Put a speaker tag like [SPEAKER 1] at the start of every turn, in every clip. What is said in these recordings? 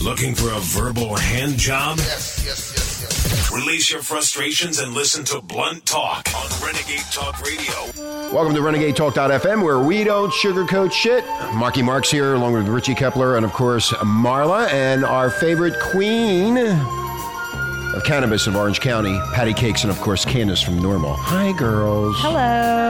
[SPEAKER 1] Looking for a verbal hand job?
[SPEAKER 2] Yes, yes, yes, yes.
[SPEAKER 1] Release your frustrations and listen to Blunt Talk on Renegade Talk Radio.
[SPEAKER 3] Welcome to Renegade Talk.fm, where we don't sugarcoat shit. Marky Mark's here, along with Richie Kepler and, of course, Marla, and our favorite queen of cannabis of Orange County, Patty Cakes, and, of course, Candace from Normal. Hi, girls.
[SPEAKER 4] Hello.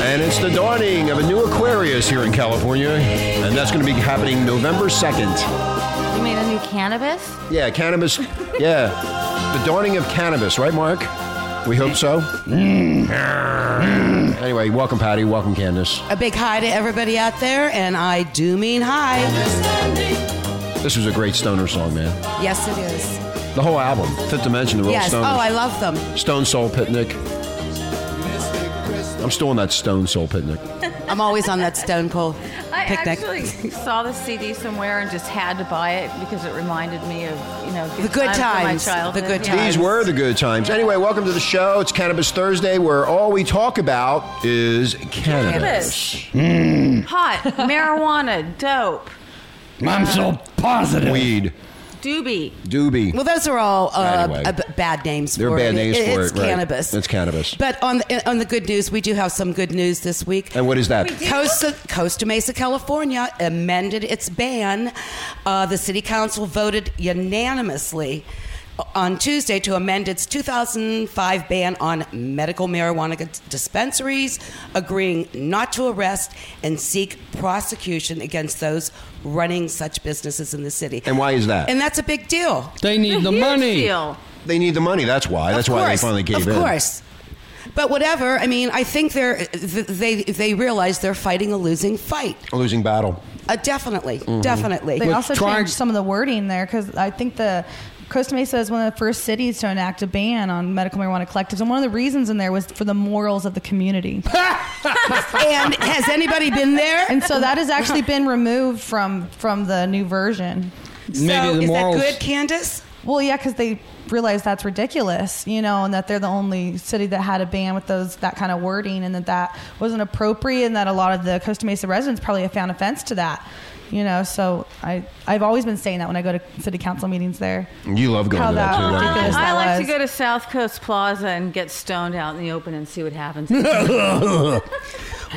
[SPEAKER 3] And it's the dawning of a new Aquarius here in California, and that's going to be happening November 2nd.
[SPEAKER 4] You made a new cannabis?
[SPEAKER 3] Yeah, cannabis. Yeah. The dawning of cannabis, right, Mark? We hope so. anyway, welcome, Patty. Welcome, Candace.
[SPEAKER 5] A big hi to everybody out there, and I do mean hi.
[SPEAKER 3] This was a great stoner song, man.
[SPEAKER 5] Yes, it is.
[SPEAKER 3] The whole album, Fifth Dimension, the Rolling
[SPEAKER 5] yes.
[SPEAKER 3] Stones,
[SPEAKER 5] Oh, I love them.
[SPEAKER 3] Stone Soul Picnic. I'm still on that Stone Soul Picnic.
[SPEAKER 5] I'm always on that Stone Cold
[SPEAKER 6] I
[SPEAKER 5] picnic.
[SPEAKER 6] actually saw the CD somewhere and just had to buy it because it reminded me of you know
[SPEAKER 5] The good times.
[SPEAKER 6] of my childhood.
[SPEAKER 5] The good
[SPEAKER 6] Yeah.
[SPEAKER 5] times.
[SPEAKER 3] These were the good times. Anyway, welcome to the show. It's Cannabis Thursday, where all we talk about is cannabis.
[SPEAKER 6] Pot, marijuana, dope,
[SPEAKER 7] I'm so positive.
[SPEAKER 3] Weed,
[SPEAKER 6] doobie.
[SPEAKER 3] doobie.
[SPEAKER 5] well, those are all uh,
[SPEAKER 3] Anyway.
[SPEAKER 5] uh, b- bad names
[SPEAKER 3] They're
[SPEAKER 5] for
[SPEAKER 3] bad
[SPEAKER 5] it.
[SPEAKER 3] names
[SPEAKER 5] It-
[SPEAKER 3] for
[SPEAKER 5] it's
[SPEAKER 3] it. right.
[SPEAKER 5] cannabis.
[SPEAKER 3] It's cannabis.
[SPEAKER 5] But on the, on the good news, we do have some good news this week.
[SPEAKER 3] and what is that?
[SPEAKER 5] Costa, Costa Mesa, California amended its ban. Uh, the city council voted unanimously on Tuesday to amend its 2005 ban on medical marijuana g- dispensaries, agreeing not to arrest and seek prosecution against those running such businesses in the city.
[SPEAKER 3] And why is that?
[SPEAKER 5] And that's a big deal.
[SPEAKER 7] They need the
[SPEAKER 6] Huge
[SPEAKER 7] money.
[SPEAKER 6] deal.
[SPEAKER 3] they need the money. That's why. That's
[SPEAKER 5] Of
[SPEAKER 3] why they
[SPEAKER 5] course,
[SPEAKER 3] finally gave
[SPEAKER 5] of
[SPEAKER 3] in.
[SPEAKER 5] course. But whatever, I mean, I think they're, th- they, they realize they're fighting a losing fight.
[SPEAKER 3] A losing battle.
[SPEAKER 5] Uh, definitely,
[SPEAKER 3] Mm-hmm.
[SPEAKER 5] definitely.
[SPEAKER 8] They
[SPEAKER 7] With
[SPEAKER 8] also
[SPEAKER 7] trying-
[SPEAKER 8] changed some of the wording there because I think the Costa Mesa is one of the first cities to enact a ban on medical marijuana collectives, and one of the reasons in there was for the morals of the community.
[SPEAKER 5] and has anybody been there?
[SPEAKER 8] and so that has actually been removed from from the new version.
[SPEAKER 5] so
[SPEAKER 7] Maybe the
[SPEAKER 5] is
[SPEAKER 7] morals.
[SPEAKER 5] that good, Candace?
[SPEAKER 8] Well, yeah, because they realized that's ridiculous, you know, and that they're the only city that had a ban with those that kind of wording, and that that wasn't appropriate, and that a lot of the Costa Mesa residents probably have found offense to that, you know. So I I've always been saying that when I go to city council meetings there.
[SPEAKER 3] You love going
[SPEAKER 8] How
[SPEAKER 3] to that,
[SPEAKER 8] about-
[SPEAKER 3] too. don't you?
[SPEAKER 8] Ridiculous
[SPEAKER 6] I
[SPEAKER 8] that
[SPEAKER 6] like to
[SPEAKER 8] was.
[SPEAKER 6] go to South Coast Plaza and get stoned out in the open and see what happens.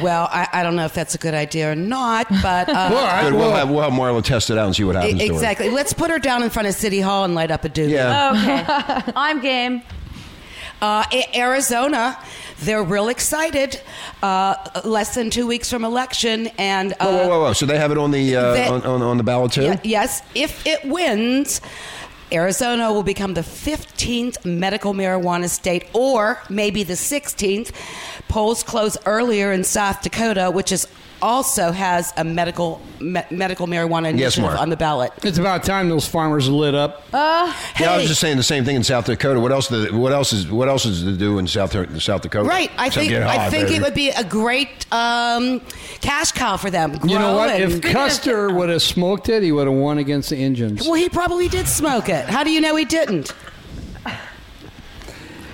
[SPEAKER 5] Well, I, I don't know if that's a good idea or not, but
[SPEAKER 7] All
[SPEAKER 5] uh,
[SPEAKER 7] right,
[SPEAKER 3] Good. We'll
[SPEAKER 7] well,
[SPEAKER 3] have, we'll have Marla test it out and see what happens
[SPEAKER 5] e-
[SPEAKER 3] to her.
[SPEAKER 5] exactly. Oh, Let's put her down in front of City Hall and light up a doobie.
[SPEAKER 3] Yeah.
[SPEAKER 6] okay, I'm game.
[SPEAKER 5] Uh, A- Arizona, they're real excited. Uh, less than two weeks from election, and uh,
[SPEAKER 3] whoa, whoa, whoa, whow. So they have it on the uh,
[SPEAKER 5] They-
[SPEAKER 3] on, on, on the ballot too.
[SPEAKER 5] Y- yes, if it wins, Arizona will become the 15th medical marijuana state, or maybe the 16th. Polls close earlier in South Dakota, which is also has a medical me- medical marijuana
[SPEAKER 3] Yes,
[SPEAKER 5] initiative
[SPEAKER 3] Mark.
[SPEAKER 5] on the ballot.
[SPEAKER 7] it's about time those farmers lit up.
[SPEAKER 5] Oh,
[SPEAKER 3] Yeah, I was
[SPEAKER 5] Hey.
[SPEAKER 3] just saying the same thing in South Dakota. What else? do- what else is what else is to do in South South Dakota?
[SPEAKER 5] Right, I
[SPEAKER 3] Except
[SPEAKER 5] think
[SPEAKER 3] get high,
[SPEAKER 5] I think
[SPEAKER 3] baby.
[SPEAKER 5] it would be a great um, cash cow for them.
[SPEAKER 7] You know
[SPEAKER 5] Grow
[SPEAKER 7] what? If
[SPEAKER 5] oh, and-
[SPEAKER 7] Custer would have smoked it, he would have won against the Indians.
[SPEAKER 5] well, he probably did smoke it. How do you know he didn't?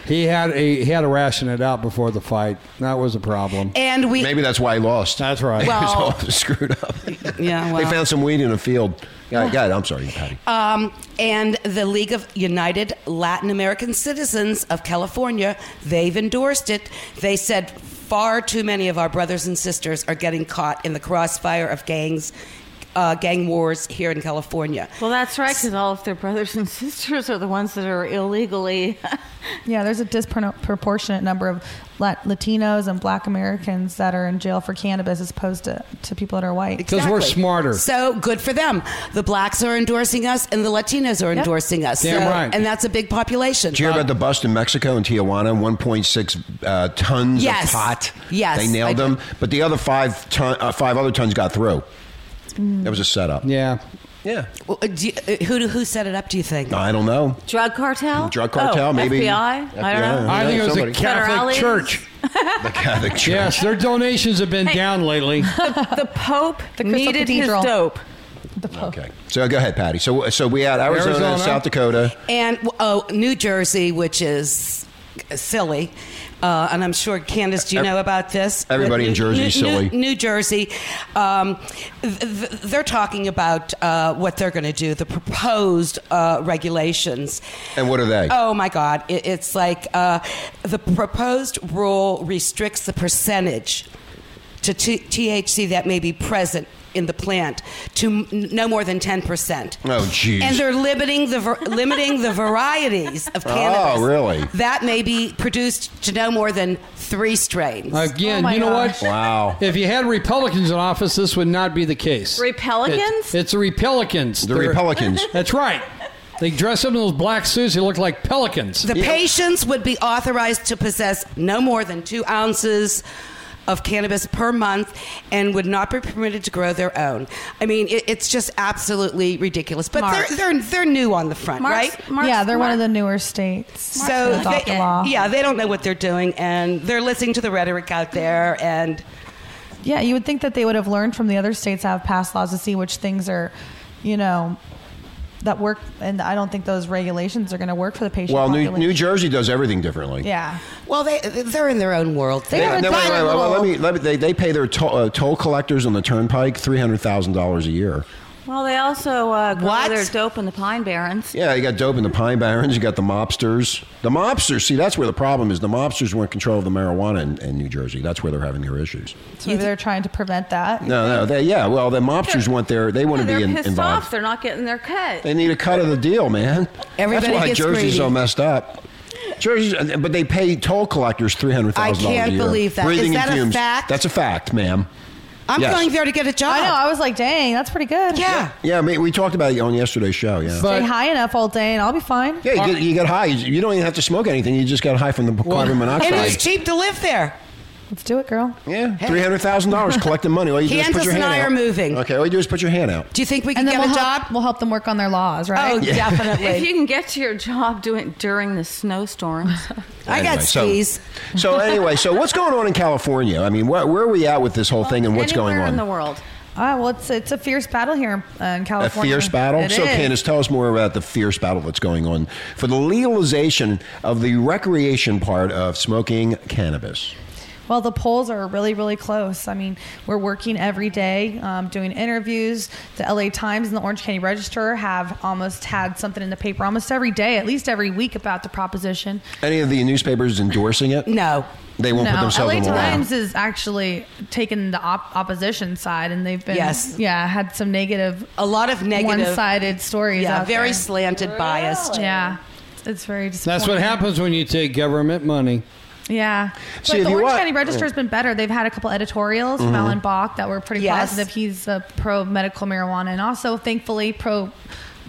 [SPEAKER 7] He had a, he had to ration it out before the fight. That was a problem.
[SPEAKER 5] And we,
[SPEAKER 3] Maybe that's why he lost.
[SPEAKER 7] That's right.
[SPEAKER 3] He was
[SPEAKER 5] Well-
[SPEAKER 3] all screwed up.
[SPEAKER 5] yeah, well.
[SPEAKER 3] They found some weed in a field. God, God I'm sorry, Patty.
[SPEAKER 5] Um, and the League of United Latin American Citizens of California, they've endorsed it. They said far too many of our brothers and sisters are getting caught in the crossfire of gangs, uh, gang wars here in California.
[SPEAKER 6] Well, that's right, because all of their brothers and sisters are the ones that are illegally.
[SPEAKER 8] Yeah, there's a disproportionate number of Lat- Latinos and Black Americans that are in jail for cannabis as opposed to, to people that are white.
[SPEAKER 7] Because we're smarter.
[SPEAKER 5] So good for them. The blacks are endorsing us, and the Latinos are endorsing us.
[SPEAKER 7] Damn
[SPEAKER 5] So-
[SPEAKER 7] right.
[SPEAKER 5] And that's a big population.
[SPEAKER 3] Did you hear about the bust in Mexico and Tijuana? 1.6 uh, tons
[SPEAKER 5] Yes.
[SPEAKER 3] of pot.
[SPEAKER 5] Yes,
[SPEAKER 3] They
[SPEAKER 5] I
[SPEAKER 3] nailed
[SPEAKER 5] did.
[SPEAKER 3] them, but the other five ton, uh, five other tons got through.
[SPEAKER 5] Mm.
[SPEAKER 3] That was a setup.
[SPEAKER 7] yeah.
[SPEAKER 3] Yeah.
[SPEAKER 5] Well, uh, do you- uh, who, who set it up, do you think?
[SPEAKER 3] I don't know.
[SPEAKER 6] Drug cartel?
[SPEAKER 3] Drug cartel,
[SPEAKER 6] Oh,
[SPEAKER 3] maybe
[SPEAKER 6] FBI? I don't know.
[SPEAKER 7] I think it was
[SPEAKER 3] somebody.
[SPEAKER 7] a Catholic
[SPEAKER 6] Federales?
[SPEAKER 7] church.
[SPEAKER 3] the Catholic Church.
[SPEAKER 7] Yes, their donations have been down lately.
[SPEAKER 5] Oh
[SPEAKER 6] The Pope
[SPEAKER 8] The Crystal
[SPEAKER 6] needed his
[SPEAKER 8] Cathedral.
[SPEAKER 6] dope.
[SPEAKER 8] The Pope.
[SPEAKER 3] Okay. So go ahead, Patty. So so we had Arizona,
[SPEAKER 7] Arizona.
[SPEAKER 3] South Dakota.
[SPEAKER 5] and oh, New Jersey, which is silly. Uh, and I'm sure, Candace, do you know about this?
[SPEAKER 3] Everybody in
[SPEAKER 5] New-
[SPEAKER 3] Jersey is
[SPEAKER 5] New,
[SPEAKER 3] silly.
[SPEAKER 5] New, New Jersey, um, th- th- they're talking about uh, what they're going to do, the proposed uh, regulations.
[SPEAKER 3] And what are they?
[SPEAKER 5] Oh my God! It, it's like uh, the proposed rule restricts the percentage to t- THC that may be present in the plant to m- no more than ten percent.
[SPEAKER 3] Oh, jeez.
[SPEAKER 5] And they're limiting the var- limiting the varieties of cannabis.
[SPEAKER 3] really?
[SPEAKER 5] That may be produced to no more than three strains.
[SPEAKER 7] Again,
[SPEAKER 8] Oh my
[SPEAKER 7] you know
[SPEAKER 8] gosh.
[SPEAKER 7] what?
[SPEAKER 3] Wow.
[SPEAKER 7] If you had Republicans in office, this would not be the case.
[SPEAKER 6] Repelicans?
[SPEAKER 7] It's, it's the Republicans.
[SPEAKER 3] The
[SPEAKER 7] They're-
[SPEAKER 3] Republicans.
[SPEAKER 7] That's right. They dress up in those black suits. They look like pelicans.
[SPEAKER 5] the patients would be authorized to possess no more than two ounces of cannabis per month and would not be permitted to grow their own. I mean, it, it's just absolutely ridiculous. But
[SPEAKER 8] Mark.
[SPEAKER 5] they're, they're they're new on the front,
[SPEAKER 6] Mark's-
[SPEAKER 5] right?
[SPEAKER 6] Mark's-
[SPEAKER 8] yeah, they're one of
[SPEAKER 6] Mark-
[SPEAKER 8] the newer states.
[SPEAKER 5] so
[SPEAKER 8] to adopt
[SPEAKER 5] they,
[SPEAKER 8] the law.
[SPEAKER 5] yeah, they don't know what they're doing, and they're listening to the rhetoric out there. And
[SPEAKER 8] Yeah, you would think that they would have learned from the other states that have passed laws to see which things are, you know, that work. And I don't think those regulations are going to work for the patient.
[SPEAKER 3] Well, New,
[SPEAKER 8] population.
[SPEAKER 3] New Jersey does everything differently.
[SPEAKER 8] Yeah.
[SPEAKER 5] well, they they're in their own world.
[SPEAKER 8] They have a
[SPEAKER 3] no, wait, wait,
[SPEAKER 8] tiny
[SPEAKER 3] wait, wait,
[SPEAKER 8] little-
[SPEAKER 3] let me, let me, they, they pay their toll, uh, toll collectors on the turnpike $300,000 a year.
[SPEAKER 6] Well, they also uh, grow
[SPEAKER 5] What?
[SPEAKER 6] their dope in the Pine Barrens.
[SPEAKER 3] Yeah, you got dope in the Pine Barrens. You got the mobsters. The mobsters, see, that's where the problem is. The mobsters were in control of the marijuana in, in New Jersey. That's where they're having their issues.
[SPEAKER 8] So maybe they're trying to prevent that.
[SPEAKER 3] No, no, they, yeah, well, the mobsters want their, they want to
[SPEAKER 6] They're
[SPEAKER 3] be in,
[SPEAKER 6] pissed
[SPEAKER 3] involved.
[SPEAKER 6] off. They're not getting their cut.
[SPEAKER 3] They need a cut of the deal, man.
[SPEAKER 5] Everybody
[SPEAKER 3] That's why
[SPEAKER 5] gets
[SPEAKER 3] Jersey's
[SPEAKER 5] greedy.
[SPEAKER 3] so messed up. Jersey's, but they pay toll collectors three hundred thousand dollars a year.
[SPEAKER 5] I can't believe that. Is
[SPEAKER 3] Breathing in
[SPEAKER 5] that a
[SPEAKER 3] fumes.
[SPEAKER 5] fact?
[SPEAKER 3] That's a fact, ma'am.
[SPEAKER 5] I'm
[SPEAKER 3] Yes.
[SPEAKER 5] going there to get a job.
[SPEAKER 8] I know. I was like, dang, that's pretty good.
[SPEAKER 5] yeah.
[SPEAKER 3] Yeah, I mean, we talked about it on yesterday's show. Yeah,
[SPEAKER 7] But-
[SPEAKER 8] Stay high enough all day and I'll be fine.
[SPEAKER 3] yeah, you get, you get high. You don't even have to smoke anything. You just got high from the carbon monoxide.
[SPEAKER 5] And it's cheap to live there.
[SPEAKER 8] Let's do it, girl.
[SPEAKER 3] yeah, three hundred thousand dollars collecting money. All you do is put
[SPEAKER 5] Kansas
[SPEAKER 3] your
[SPEAKER 5] and
[SPEAKER 3] hand
[SPEAKER 5] I
[SPEAKER 3] out.
[SPEAKER 5] are moving.
[SPEAKER 3] Okay, all you do is put your hand out.
[SPEAKER 5] Do you think we can
[SPEAKER 8] And then
[SPEAKER 5] get
[SPEAKER 8] we'll
[SPEAKER 5] a
[SPEAKER 8] help,
[SPEAKER 5] job?
[SPEAKER 8] we'll help them work on their laws,
[SPEAKER 5] Oh,
[SPEAKER 8] right?
[SPEAKER 6] If
[SPEAKER 5] definitely.
[SPEAKER 6] you can get to your job doing during the snowstorms,
[SPEAKER 5] I got
[SPEAKER 3] so-
[SPEAKER 5] skis.
[SPEAKER 3] So, anyway, so what's going on in California? I mean, wh- where are we at with this whole thing, and what's
[SPEAKER 6] anywhere
[SPEAKER 3] going on
[SPEAKER 6] in the world?
[SPEAKER 8] Ah, well, it's, it's a fierce battle here uh, in
[SPEAKER 3] A
[SPEAKER 8] California.
[SPEAKER 3] fierce battle.
[SPEAKER 8] It
[SPEAKER 3] so,
[SPEAKER 8] is.
[SPEAKER 3] Candace, tell us more about the fierce battle that's going on for the legalization of the recreation part of smoking cannabis.
[SPEAKER 8] Well, the polls are really, really close. I mean, we're working every day, um, doing interviews. The LA Times and the Orange County Register have almost had something in the paper almost every day, at least every week, about the proposition.
[SPEAKER 3] Any of the newspapers endorsing it?
[SPEAKER 5] No.
[SPEAKER 3] They won't put
[SPEAKER 8] no,
[SPEAKER 3] themselves
[SPEAKER 8] LA
[SPEAKER 3] in the line.
[SPEAKER 8] Times is actually taken the op- opposition side, and they've been
[SPEAKER 5] Yes.
[SPEAKER 8] yeah, had some negative,
[SPEAKER 5] A lot of negative.
[SPEAKER 8] one-sided stories.
[SPEAKER 5] Yeah,
[SPEAKER 8] out
[SPEAKER 5] very
[SPEAKER 8] there.
[SPEAKER 5] slanted, biased.
[SPEAKER 8] yeah. It's very disappointing.
[SPEAKER 7] That's what happens when you take government money.
[SPEAKER 8] Yeah.
[SPEAKER 3] See,
[SPEAKER 8] but
[SPEAKER 3] if
[SPEAKER 8] the
[SPEAKER 3] you want-
[SPEAKER 8] Orange
[SPEAKER 3] Mm. Mm-hmm.
[SPEAKER 8] County Register has been better. They've had a couple editorials from Alan Bach that were pretty
[SPEAKER 5] Yes.
[SPEAKER 8] positive. He's uh, pro medical marijuana and also, thankfully, pro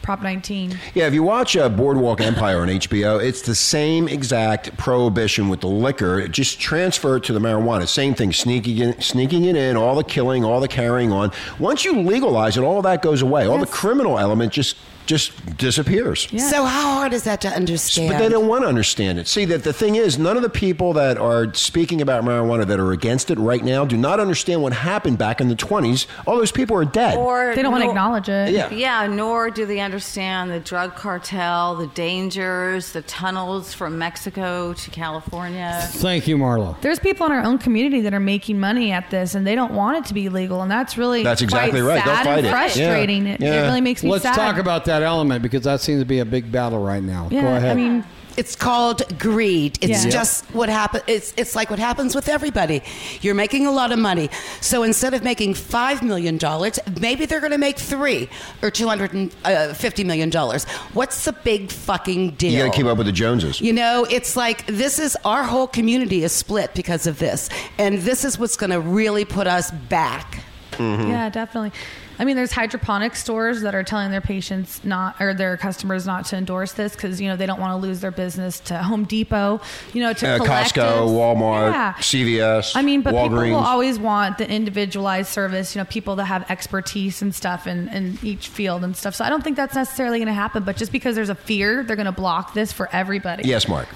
[SPEAKER 8] Prop 19.
[SPEAKER 3] Yeah, if you watch uh, Boardwalk Empire on HBO, it's the same exact prohibition with the liquor. It Just transfer it to the marijuana. Same thing, sneaking it, sneaking it in, all the killing, all the carrying on. Once you legalize it, all that goes away. All the criminal element just just disappears.
[SPEAKER 5] So how hard is that to understand?
[SPEAKER 3] But they don't want to understand it. See that the thing is, none of the people that are speaking about marijuana that are against it right now do not understand what happened back in the twenties. All those people are dead.
[SPEAKER 6] Or
[SPEAKER 8] They don't want to
[SPEAKER 6] nor-
[SPEAKER 8] acknowledge it.
[SPEAKER 3] Yeah.
[SPEAKER 6] Yeah, nor do they understand the drug cartel, the dangers, the tunnels from Mexico to California.
[SPEAKER 7] Thank you, Marlo.
[SPEAKER 8] There's people in our own community that are making money at this, and they don't want it to be legal, and that's really
[SPEAKER 3] That's exactly
[SPEAKER 8] quite
[SPEAKER 3] right. Don't
[SPEAKER 8] sad
[SPEAKER 3] fight
[SPEAKER 8] and
[SPEAKER 3] it.
[SPEAKER 8] frustrating.
[SPEAKER 3] Yeah.
[SPEAKER 8] It,
[SPEAKER 3] Yeah.
[SPEAKER 8] it really makes me
[SPEAKER 7] Let's
[SPEAKER 8] sad.
[SPEAKER 7] talk about that element because that seems to be a big battle right now.
[SPEAKER 8] Yeah,
[SPEAKER 7] Go ahead.
[SPEAKER 8] I mean,
[SPEAKER 5] It's called greed. It's
[SPEAKER 8] Yeah.
[SPEAKER 5] just what happen. It's it's like what happens with everybody. You're making a lot of money, so instead of making five million dollars, maybe they're going to make three or two hundred and uh, fifty million dollars. What's the big fucking deal?
[SPEAKER 3] you got to keep up with the Joneses.
[SPEAKER 5] You know, it's like this is our whole community is split because of this, and this is what's going to really put us back.
[SPEAKER 3] Mm-hmm.
[SPEAKER 8] Yeah, definitely. I mean, there's hydroponic stores that are telling their patients not or their customers not to endorse this because you know they don't want to lose their business to Home Depot, you know, to
[SPEAKER 3] Uh, Costco,
[SPEAKER 8] collectives.
[SPEAKER 3] Walmart,
[SPEAKER 8] Yeah.
[SPEAKER 3] CVS.
[SPEAKER 8] I mean, but
[SPEAKER 3] Walgreens.
[SPEAKER 8] people will always want the individualized service, you know, people that have expertise and stuff in, in each field and stuff. So I don't think that's necessarily going to happen. But just because there's a fear, they're going to block this for everybody.
[SPEAKER 3] yes, Mark.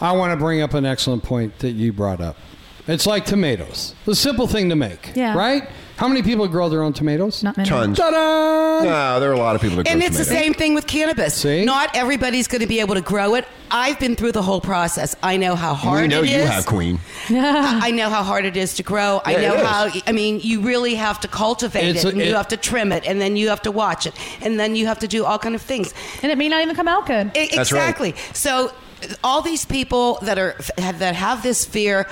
[SPEAKER 7] I want to bring up an excellent point that you brought up. It's like tomatoes. The simple thing to make.
[SPEAKER 8] Yeah.
[SPEAKER 7] Right? How many people grow their own tomatoes?
[SPEAKER 8] Not many.
[SPEAKER 3] Tons.
[SPEAKER 7] Ta-da!
[SPEAKER 3] No, there are a lot of people that grow
[SPEAKER 5] And it's the
[SPEAKER 3] tomatoes.
[SPEAKER 5] same thing with cannabis.
[SPEAKER 7] See?
[SPEAKER 5] Not everybody's going to be able to grow it. I've been through the whole process. I know how hard
[SPEAKER 3] We know
[SPEAKER 5] it
[SPEAKER 3] you
[SPEAKER 5] is.
[SPEAKER 3] have, Queen.
[SPEAKER 5] I I know how hard it is to grow. I
[SPEAKER 3] Yeah, it
[SPEAKER 5] know
[SPEAKER 3] is.
[SPEAKER 5] how. I mean, you really have to cultivate
[SPEAKER 7] It's
[SPEAKER 5] it,
[SPEAKER 7] a-
[SPEAKER 5] and
[SPEAKER 7] it-
[SPEAKER 5] you have to trim it, and then you have to watch it, and then you have to do all kind of things.
[SPEAKER 8] And it may not even come out good.
[SPEAKER 5] E-
[SPEAKER 3] That's right.
[SPEAKER 5] exactly. So all these people that are that have this fear,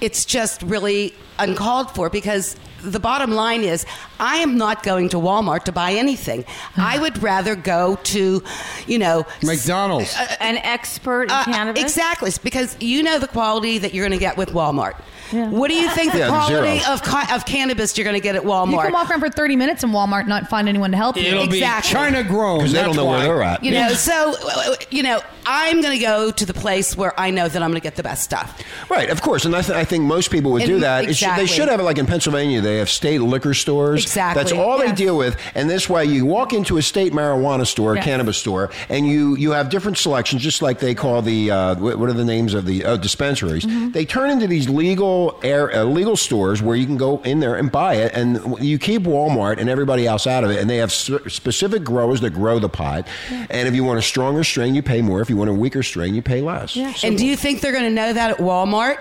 [SPEAKER 5] it's just really uncalled for because the bottom line is I am not going to Walmart to buy anything.
[SPEAKER 8] Mm-hmm.
[SPEAKER 5] I would rather go to, you know,
[SPEAKER 7] McDonald's.
[SPEAKER 8] Uh,
[SPEAKER 3] Uh,
[SPEAKER 6] An expert in
[SPEAKER 5] uh,
[SPEAKER 6] cannabis?
[SPEAKER 5] Exactly, It's because you know the quality that you're going to get with Walmart.
[SPEAKER 8] Yeah.
[SPEAKER 5] What do you think the
[SPEAKER 3] Yeah,
[SPEAKER 5] quality
[SPEAKER 3] zero.
[SPEAKER 5] of, ca- of cannabis you're going to get at
[SPEAKER 8] You
[SPEAKER 5] Walmart?
[SPEAKER 8] can walk around for 30 minutes in Walmart and not find anyone to help you.
[SPEAKER 7] It'll
[SPEAKER 5] Exactly.
[SPEAKER 7] be China grown.
[SPEAKER 3] Because they don't
[SPEAKER 7] That's
[SPEAKER 3] know where
[SPEAKER 7] why.
[SPEAKER 3] they're at.
[SPEAKER 5] you know, so uh, you know, I'm going to go to the place where I know that I'm going to get the best stuff.
[SPEAKER 3] Right, of course, and I, th- I think most people would do
[SPEAKER 5] And-
[SPEAKER 3] that. It should-
[SPEAKER 5] exactly.
[SPEAKER 3] they should have it like in Pennsylvania. They have state liquor stores.
[SPEAKER 5] Exactly,
[SPEAKER 3] That's all they
[SPEAKER 8] yes.
[SPEAKER 3] deal with, and this way you walk into a state marijuana store,
[SPEAKER 8] Yes.
[SPEAKER 3] cannabis store, and you you have different selections, just like they call the uh, wh- what are the names of the oh, dispensaries?
[SPEAKER 5] Mm-hmm.
[SPEAKER 3] They turn into these legal air uh, legal stores where you can go in there and buy it, and w- you keep Walmart and everybody else out of it, and they have s- specific growers that grow the pot, and if you want a stronger strain, you pay more. If you want a weaker strain, you pay less. Yeah.
[SPEAKER 5] and do you think they're going to know that at Walmart?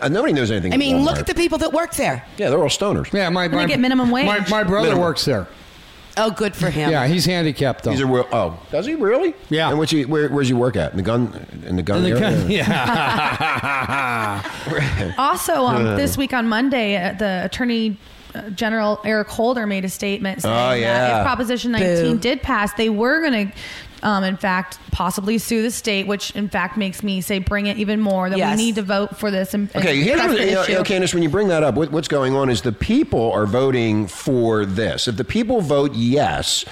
[SPEAKER 3] uh, nobody knows anything.
[SPEAKER 5] I mean,
[SPEAKER 3] about
[SPEAKER 5] look
[SPEAKER 3] Walmart.
[SPEAKER 5] at the people that work there.
[SPEAKER 3] Yeah, they're all stoners.
[SPEAKER 7] Yeah, my,
[SPEAKER 8] And they
[SPEAKER 7] my
[SPEAKER 8] get minimum wage.
[SPEAKER 7] My, my brother
[SPEAKER 3] Minimum.
[SPEAKER 7] works there.
[SPEAKER 5] Oh, good for him.
[SPEAKER 7] Yeah, he's handicapped though.
[SPEAKER 3] These are real. Oh, does he really?
[SPEAKER 7] Yeah.
[SPEAKER 3] And what's he? Where, where's he work at? In the gun? In the gun
[SPEAKER 7] And the
[SPEAKER 3] area?
[SPEAKER 7] guy- yeah.
[SPEAKER 8] Also, um, this week on Monday, uh, the attorney. uh, General Eric Holder made a statement saying
[SPEAKER 3] Oh,
[SPEAKER 8] that
[SPEAKER 3] yeah.
[SPEAKER 8] if Proposition 19
[SPEAKER 5] Boo.
[SPEAKER 8] did pass, they were going to, um, in fact, possibly sue the state, which in fact makes me say bring it even more. That
[SPEAKER 5] Yes.
[SPEAKER 8] we need to vote for this. And, and
[SPEAKER 3] Okay, here's
[SPEAKER 8] press
[SPEAKER 3] what,
[SPEAKER 8] the
[SPEAKER 3] you know,
[SPEAKER 8] issue.
[SPEAKER 3] you know, Candace, when you bring that up, what, what's going on is the people are voting for this. If the people vote yes,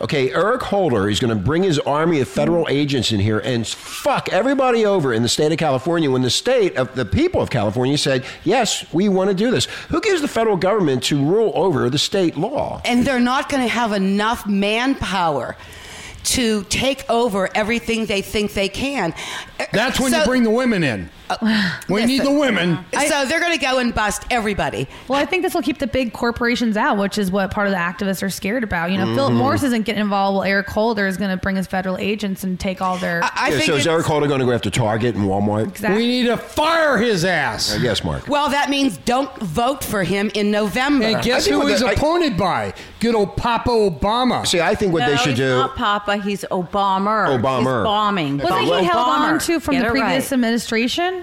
[SPEAKER 3] okay, Eric Holder is going to bring his army of federal agents in here and fuck everybody over in the state of California when the state of the people of California said, yes, we want to do this. Who gives the federal government to rule over the state law?
[SPEAKER 5] and they're not going to have enough manpower to take over everything they think they can.
[SPEAKER 7] That's when
[SPEAKER 5] So-
[SPEAKER 7] you bring the women in.
[SPEAKER 8] Uh,
[SPEAKER 7] we need the
[SPEAKER 5] listen.
[SPEAKER 7] women.
[SPEAKER 5] So they're going to go and bust everybody.
[SPEAKER 8] Well, I think this will keep the big corporations out, which is what part of the activists are scared about. You know, Philip
[SPEAKER 3] Mm-hmm.
[SPEAKER 8] Morris isn't getting involved. Well, Eric Holder is going to bring his federal agents and take all their.
[SPEAKER 5] I, I
[SPEAKER 3] Yeah,
[SPEAKER 5] think
[SPEAKER 3] so is
[SPEAKER 5] it's-
[SPEAKER 3] Eric Holder going to go after Target and Walmart?
[SPEAKER 8] Exactly.
[SPEAKER 7] We need to fire his ass.
[SPEAKER 3] Yes, Mark.
[SPEAKER 5] well, that means don't vote for him in November.
[SPEAKER 7] And
[SPEAKER 3] I
[SPEAKER 7] guess
[SPEAKER 3] think
[SPEAKER 7] who
[SPEAKER 3] what
[SPEAKER 7] he's
[SPEAKER 3] the- I-
[SPEAKER 7] appointed by? Good old Papa Obama.
[SPEAKER 3] See, I think what
[SPEAKER 6] no,
[SPEAKER 3] they should
[SPEAKER 6] he's
[SPEAKER 3] do.
[SPEAKER 6] Not Papa. He's Obama.
[SPEAKER 3] Obama.
[SPEAKER 6] He's bombing.
[SPEAKER 8] Wasn't he
[SPEAKER 6] Obama.
[SPEAKER 8] held on to from
[SPEAKER 6] Get
[SPEAKER 8] the
[SPEAKER 6] it
[SPEAKER 8] previous
[SPEAKER 6] right.
[SPEAKER 8] administration?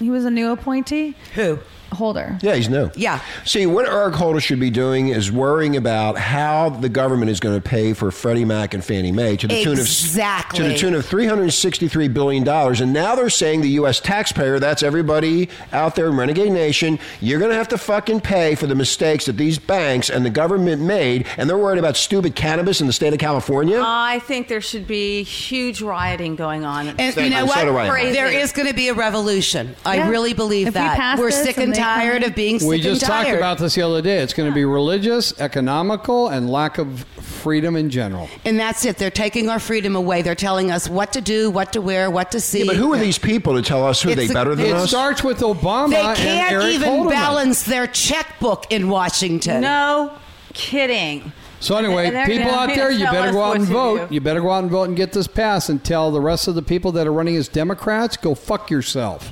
[SPEAKER 8] He was a new appointee.
[SPEAKER 5] Who?
[SPEAKER 8] Holder.
[SPEAKER 3] Yeah, he's new.
[SPEAKER 5] Yeah.
[SPEAKER 3] See, what Eric Holder should be doing is worrying about how the government is going to pay for Freddie Mac and Fannie Mae to the
[SPEAKER 5] Exactly.
[SPEAKER 3] tune of to the tune of three hundred sixty-three billion dollars. And now they're saying the U.S. taxpayer, that's everybody out there in Renegade Nation, you're going to have to fucking pay for the mistakes that these banks and the government made, and they're worried about stupid cannabis in the state of California.
[SPEAKER 5] Uh,
[SPEAKER 6] I think there should be huge rioting going on.
[SPEAKER 5] And
[SPEAKER 3] Thank
[SPEAKER 5] you know
[SPEAKER 3] you.
[SPEAKER 5] what?
[SPEAKER 3] So do I.
[SPEAKER 6] Crazy.
[SPEAKER 5] There is going to be a revolution. I
[SPEAKER 8] Yeah.
[SPEAKER 5] really believe
[SPEAKER 8] If we
[SPEAKER 5] that.
[SPEAKER 8] pass
[SPEAKER 5] We're
[SPEAKER 8] this
[SPEAKER 5] sick
[SPEAKER 8] and
[SPEAKER 5] and
[SPEAKER 8] they come
[SPEAKER 5] tired
[SPEAKER 8] in-
[SPEAKER 5] of being sick
[SPEAKER 7] we just
[SPEAKER 5] and
[SPEAKER 7] talked
[SPEAKER 5] tired.
[SPEAKER 7] about this the other day. It's going to be religious, economical, and lack of freedom in general.
[SPEAKER 5] and that's it. They're taking our freedom away. They're telling us what to do, what to wear, what to see.
[SPEAKER 3] yeah, but who are these people to tell us who
[SPEAKER 5] It's
[SPEAKER 3] they
[SPEAKER 5] the-
[SPEAKER 3] better than
[SPEAKER 7] It
[SPEAKER 3] us?
[SPEAKER 7] starts with Obama.
[SPEAKER 5] They
[SPEAKER 7] and
[SPEAKER 5] can't
[SPEAKER 7] Eric
[SPEAKER 5] even
[SPEAKER 7] Holderman.
[SPEAKER 5] balance their checkbook in Washington.
[SPEAKER 6] no kidding.
[SPEAKER 7] So anyway,
[SPEAKER 6] And they're
[SPEAKER 7] people
[SPEAKER 6] gonna
[SPEAKER 7] out there, you
[SPEAKER 6] tell
[SPEAKER 7] better
[SPEAKER 6] us
[SPEAKER 7] go out
[SPEAKER 6] what
[SPEAKER 7] and
[SPEAKER 6] to
[SPEAKER 7] vote.
[SPEAKER 6] do.
[SPEAKER 7] You better go out and vote and get this passed and tell the rest of the people that are running as Democrats, go fuck yourself.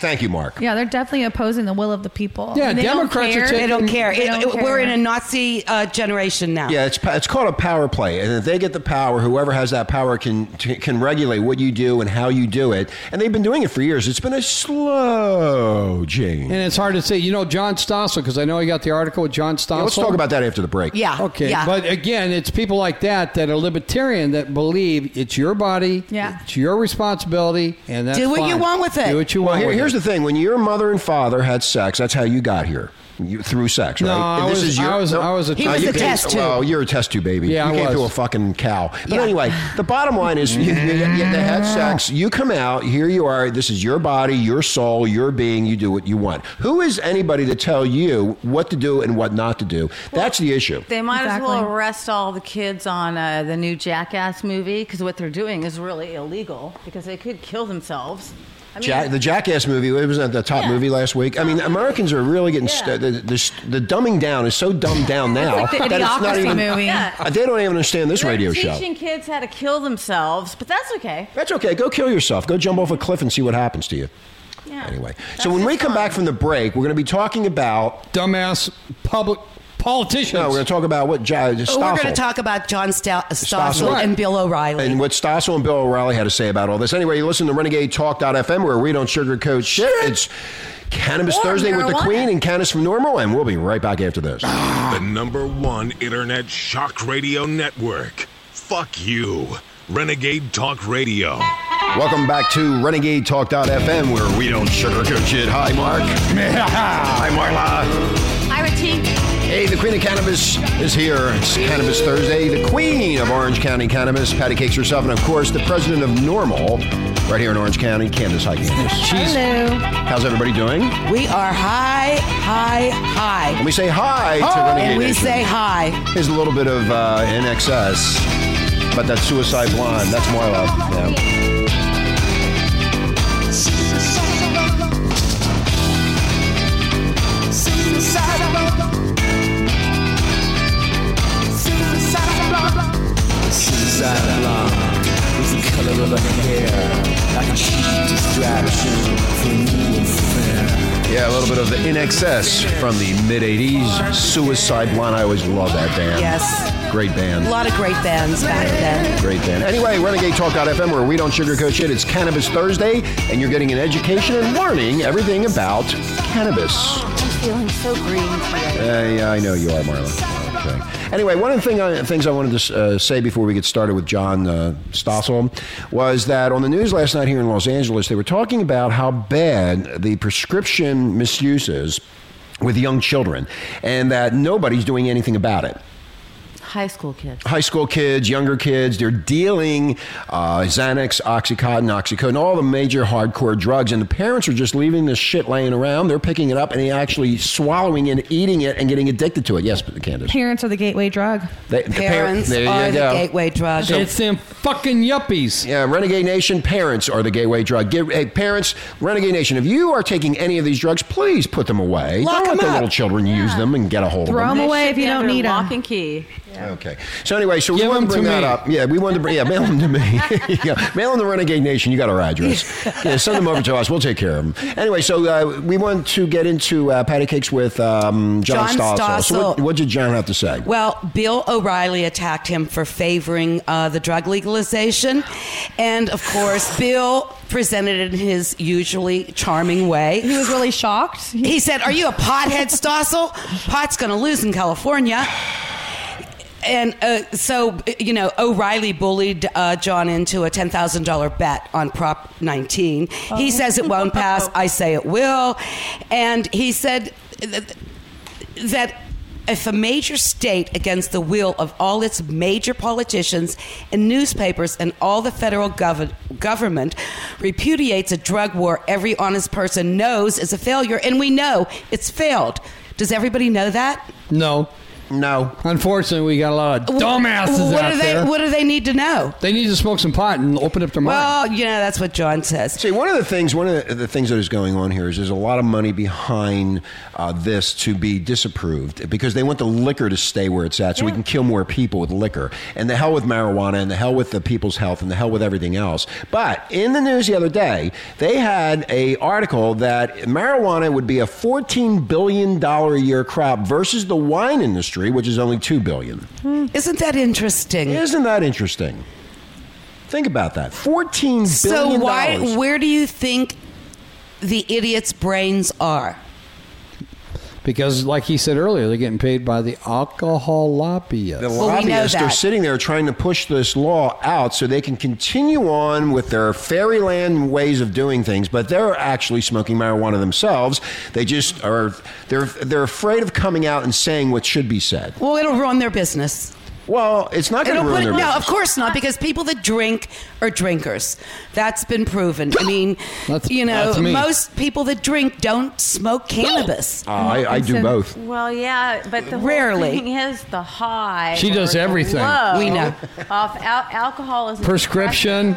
[SPEAKER 3] Thank you, Mark.
[SPEAKER 8] Yeah, they're definitely opposing the will of the people.
[SPEAKER 7] Yeah,
[SPEAKER 8] And they don't
[SPEAKER 7] Democrats are
[SPEAKER 8] care.
[SPEAKER 7] taking-
[SPEAKER 5] They don't care.
[SPEAKER 8] They don't
[SPEAKER 5] It- it- We're
[SPEAKER 8] care.
[SPEAKER 5] in a Nazi uh, generation now.
[SPEAKER 3] Yeah, it's it's called a power play, and if they get the power, whoever has that power can can regulate what you do and how you do it. And they've been doing it for years. It's been a slow change.
[SPEAKER 7] And it's hard to say. You know, John Stossel, because I know he got the article with John Stossel.
[SPEAKER 3] Yeah, let's talk about that after the break.
[SPEAKER 5] Yeah.
[SPEAKER 7] Okay,
[SPEAKER 5] Ah, Yeah.
[SPEAKER 7] but again, it's people like that that are libertarian that believe it's your body,
[SPEAKER 8] Yeah.
[SPEAKER 7] it's your responsibility, and that's
[SPEAKER 5] Do what you
[SPEAKER 7] fine.
[SPEAKER 5] want with it.
[SPEAKER 7] Do what you
[SPEAKER 3] Well,
[SPEAKER 7] want.
[SPEAKER 3] here,
[SPEAKER 7] with
[SPEAKER 3] here's
[SPEAKER 7] it.
[SPEAKER 3] the thing: when your mother and father had sex, that's how you got here. You, through sex,
[SPEAKER 7] No,
[SPEAKER 3] right?
[SPEAKER 7] I
[SPEAKER 3] And
[SPEAKER 7] was- I was- I was a He
[SPEAKER 5] was
[SPEAKER 3] you
[SPEAKER 5] a
[SPEAKER 3] came-
[SPEAKER 5] test tube.
[SPEAKER 3] Well, you're a test tube baby.
[SPEAKER 7] Yeah,
[SPEAKER 3] you
[SPEAKER 7] I
[SPEAKER 3] came
[SPEAKER 7] was.
[SPEAKER 3] through a fucking cow. But anyway, the bottom line is, you, you, you- they had sex. You come out. Here you are. This is your body, your soul, your being. You do what you want. Who is anybody to tell you what to do and what not to do? That's the issue.
[SPEAKER 6] They might as well
[SPEAKER 8] Exactly.
[SPEAKER 6] arrest all the kids on uh, the new Jackass movie because what they're doing is really illegal because they could kill themselves.
[SPEAKER 3] Jack, the Jackass movie, it was at the top
[SPEAKER 6] Yeah.
[SPEAKER 3] movie last week. I mean, Americans are really getting
[SPEAKER 6] Yeah.
[SPEAKER 3] st- the, the, the dumbing down is so dumbed down now
[SPEAKER 8] Like the
[SPEAKER 3] that it's not
[SPEAKER 8] Idiocracy
[SPEAKER 3] even.
[SPEAKER 8] movie.
[SPEAKER 6] Yeah.
[SPEAKER 3] Uh, They don't even understand this
[SPEAKER 6] They're
[SPEAKER 3] radio show.
[SPEAKER 6] teaching kids how to kill themselves, but that's okay.
[SPEAKER 3] That's okay. Go kill yourself. Go jump off a cliff and see what happens to you.
[SPEAKER 6] Yeah.
[SPEAKER 3] Anyway,
[SPEAKER 6] That's
[SPEAKER 3] so when we
[SPEAKER 6] just
[SPEAKER 3] come
[SPEAKER 6] fun.
[SPEAKER 3] back from the break, we're going to be talking about.
[SPEAKER 7] Dumbass public politicians.
[SPEAKER 3] No, we're going to talk about what Ja-
[SPEAKER 5] Oh, we're going
[SPEAKER 3] Stoffel.
[SPEAKER 5] to talk about John Sta-
[SPEAKER 3] Stossel.
[SPEAKER 5] Stossel and Bill O'Reilly.
[SPEAKER 3] And what Stossel and Bill O'Reilly had to say about all this. Anyway, you listen to Renegade Talk.fm where we don't sugarcoat shit. It's Cannabis
[SPEAKER 6] Or
[SPEAKER 3] Thursday with the
[SPEAKER 6] marijuana.
[SPEAKER 3] Queen and Cannabis from Normal, and we'll be right back after this.
[SPEAKER 1] The number one internet shock radio network. Fuck you. Renegade Talk Radio.
[SPEAKER 3] Welcome back to Renegade Talk.fm where we don't sugarcoat shit. Hi, Mark. Hi, Marla.
[SPEAKER 6] Ira T.
[SPEAKER 3] Hey, the Queen of Cannabis is here. It's Cannabis Thursday. The Queen of Orange County Cannabis, Patty Cakes herself, and of course, the President of Normal, right here in Orange County, Candace Hiking.
[SPEAKER 8] Hello.
[SPEAKER 3] How's everybody doing?
[SPEAKER 5] we are high, high, high.
[SPEAKER 3] And we say hi, to Renegade.
[SPEAKER 5] And Oh, we
[SPEAKER 3] Nation.
[SPEAKER 5] say hi.
[SPEAKER 3] There's a little bit of uh, NXS, but that Suicide Blonde, that's Marla. Yeah.
[SPEAKER 2] Suicide blonde is the color of her hair, like a cheap distraction from you and fair.
[SPEAKER 3] yeah, a little bit of the NXS from the mid 80s. Suicide Blonde, I always love that band.
[SPEAKER 5] Yes.
[SPEAKER 3] Great band.
[SPEAKER 5] A lot of great bands back then.
[SPEAKER 3] Great band. Anyway, Renegade Talk.fm, where we don't sugarcoat shit. It's Cannabis Thursday, and you're getting an education and learning everything about cannabis.
[SPEAKER 4] I'm feeling so green today.
[SPEAKER 3] Uh, yeah, I know you are, Marla. Okay. Anyway, one of the thing I, things I wanted to uh, say before we get started with John uh, Stossel was that on the news last night here in Los Angeles, they were talking about how bad the prescription misuse is with young children, and that nobody's doing anything about it
[SPEAKER 6] High school kids.
[SPEAKER 3] high school kids, younger kids, they're dealing uh, Xanax, Oxycontin, Oxycodone, all the major hardcore drugs. And the parents are just leaving this shit laying around. They're picking it up and they actually swallowing it, eating it, and getting addicted to it. Yes, Candace.
[SPEAKER 8] Parents are the gateway drug.
[SPEAKER 3] They, the par-
[SPEAKER 5] Parents
[SPEAKER 3] there you
[SPEAKER 5] are the
[SPEAKER 3] go.
[SPEAKER 5] gateway drug.
[SPEAKER 7] it's them fucking yuppies.
[SPEAKER 3] Yeah, Renegade Nation, parents are the gateway drug. Get, hey, parents, Renegade Nation, if you are taking any of these drugs, please put them away. Don't
[SPEAKER 5] Lock
[SPEAKER 3] let
[SPEAKER 5] 'em
[SPEAKER 3] the
[SPEAKER 5] up.
[SPEAKER 3] little children use them and get a hold
[SPEAKER 8] Throw
[SPEAKER 3] of
[SPEAKER 8] 'em
[SPEAKER 3] them.
[SPEAKER 8] away. Away if you don't need 'em.
[SPEAKER 6] Lock and key.
[SPEAKER 3] Okay. So anyway, so we
[SPEAKER 7] Give
[SPEAKER 3] wanted to
[SPEAKER 7] 'em
[SPEAKER 3] bring
[SPEAKER 7] to
[SPEAKER 3] that
[SPEAKER 7] me.
[SPEAKER 3] up. Yeah, we wanted to bring. Yeah, mail them to me. yeah, mail them to Renegade Nation. You got our address. Yeah, send them over to us. We'll take care of them. Anyway, so uh, we want to get into uh, patty cakes with um, John, Stossel.
[SPEAKER 5] John
[SPEAKER 3] So what,
[SPEAKER 5] Stossel.
[SPEAKER 3] what did John have to say?
[SPEAKER 5] Well, Bill O'Reilly attacked him for favoring uh, the drug legalization. And of course, Bill presented it in his usually charming way.
[SPEAKER 8] He was really shocked. He-
[SPEAKER 5] He said, Are you a pothead, Stossel? Pot's going to lose in California. And uh, so, you know, O'Reilly bullied uh, John into a $10,000 bet on Prop 19. He says it won't pass. I say it will. And he said th- that if a major state, against the will of all its major politicians and newspapers and all the federal gov- government, repudiates a drug war every honest person knows is a failure, and we know it's failed. Does everybody know that?
[SPEAKER 7] No.
[SPEAKER 3] No.
[SPEAKER 7] Unfortunately, we got a lot of dumbasses
[SPEAKER 5] what
[SPEAKER 7] out
[SPEAKER 5] do
[SPEAKER 7] there.
[SPEAKER 5] They, what do they need to know?
[SPEAKER 7] They need to smoke some pot and open up their mind.
[SPEAKER 5] Well, you know, that's what John says.
[SPEAKER 3] See, one of the things, one of the, the things that is going on here is there's a lot of money behind uh, this to be disapproved because they want the liquor to stay where it's at, so we can kill more people with liquor. And the hell with marijuana, and the hell with the people's health, and the hell with everything else. But in the news the other day, they had a article that marijuana would be a 14 billion dollar a year crop versus the wine industry, which is only two billion.
[SPEAKER 5] Isn't that interesting?
[SPEAKER 3] Isn't that interesting? Think about that. Fourteen billion
[SPEAKER 5] so why?
[SPEAKER 3] dollars.
[SPEAKER 5] Where do you think the idiots' brains are?
[SPEAKER 7] because, like he said earlier, they're getting paid by the alcohol lobbyists.
[SPEAKER 3] The
[SPEAKER 5] Well, we know
[SPEAKER 3] lobbyists are
[SPEAKER 5] that.
[SPEAKER 3] sitting there trying to push this law out so they can continue on with their fairyland ways of doing things, but they're actually smoking marijuana themselves. They just are they're they're afraid of coming out and saying what should be said.
[SPEAKER 5] Well, it'll ruin their business.
[SPEAKER 3] Well, it's not going
[SPEAKER 5] It'll
[SPEAKER 3] to ruin
[SPEAKER 5] put,
[SPEAKER 3] their
[SPEAKER 5] no,
[SPEAKER 3] business.
[SPEAKER 5] of course not, because people that drink are drinkers. That's been proven. I mean,
[SPEAKER 7] That's-
[SPEAKER 5] you know,
[SPEAKER 7] that's me.
[SPEAKER 5] most people that drink don't smoke cannabis.
[SPEAKER 3] Uh, I, I do
[SPEAKER 8] It's a-
[SPEAKER 3] both.
[SPEAKER 6] Well, yeah, but the
[SPEAKER 5] Rarely.
[SPEAKER 6] whole thing is the high.
[SPEAKER 7] She does
[SPEAKER 6] or the
[SPEAKER 7] everything.
[SPEAKER 6] low
[SPEAKER 5] We know.
[SPEAKER 6] Off al- alcohol is
[SPEAKER 7] Prescription,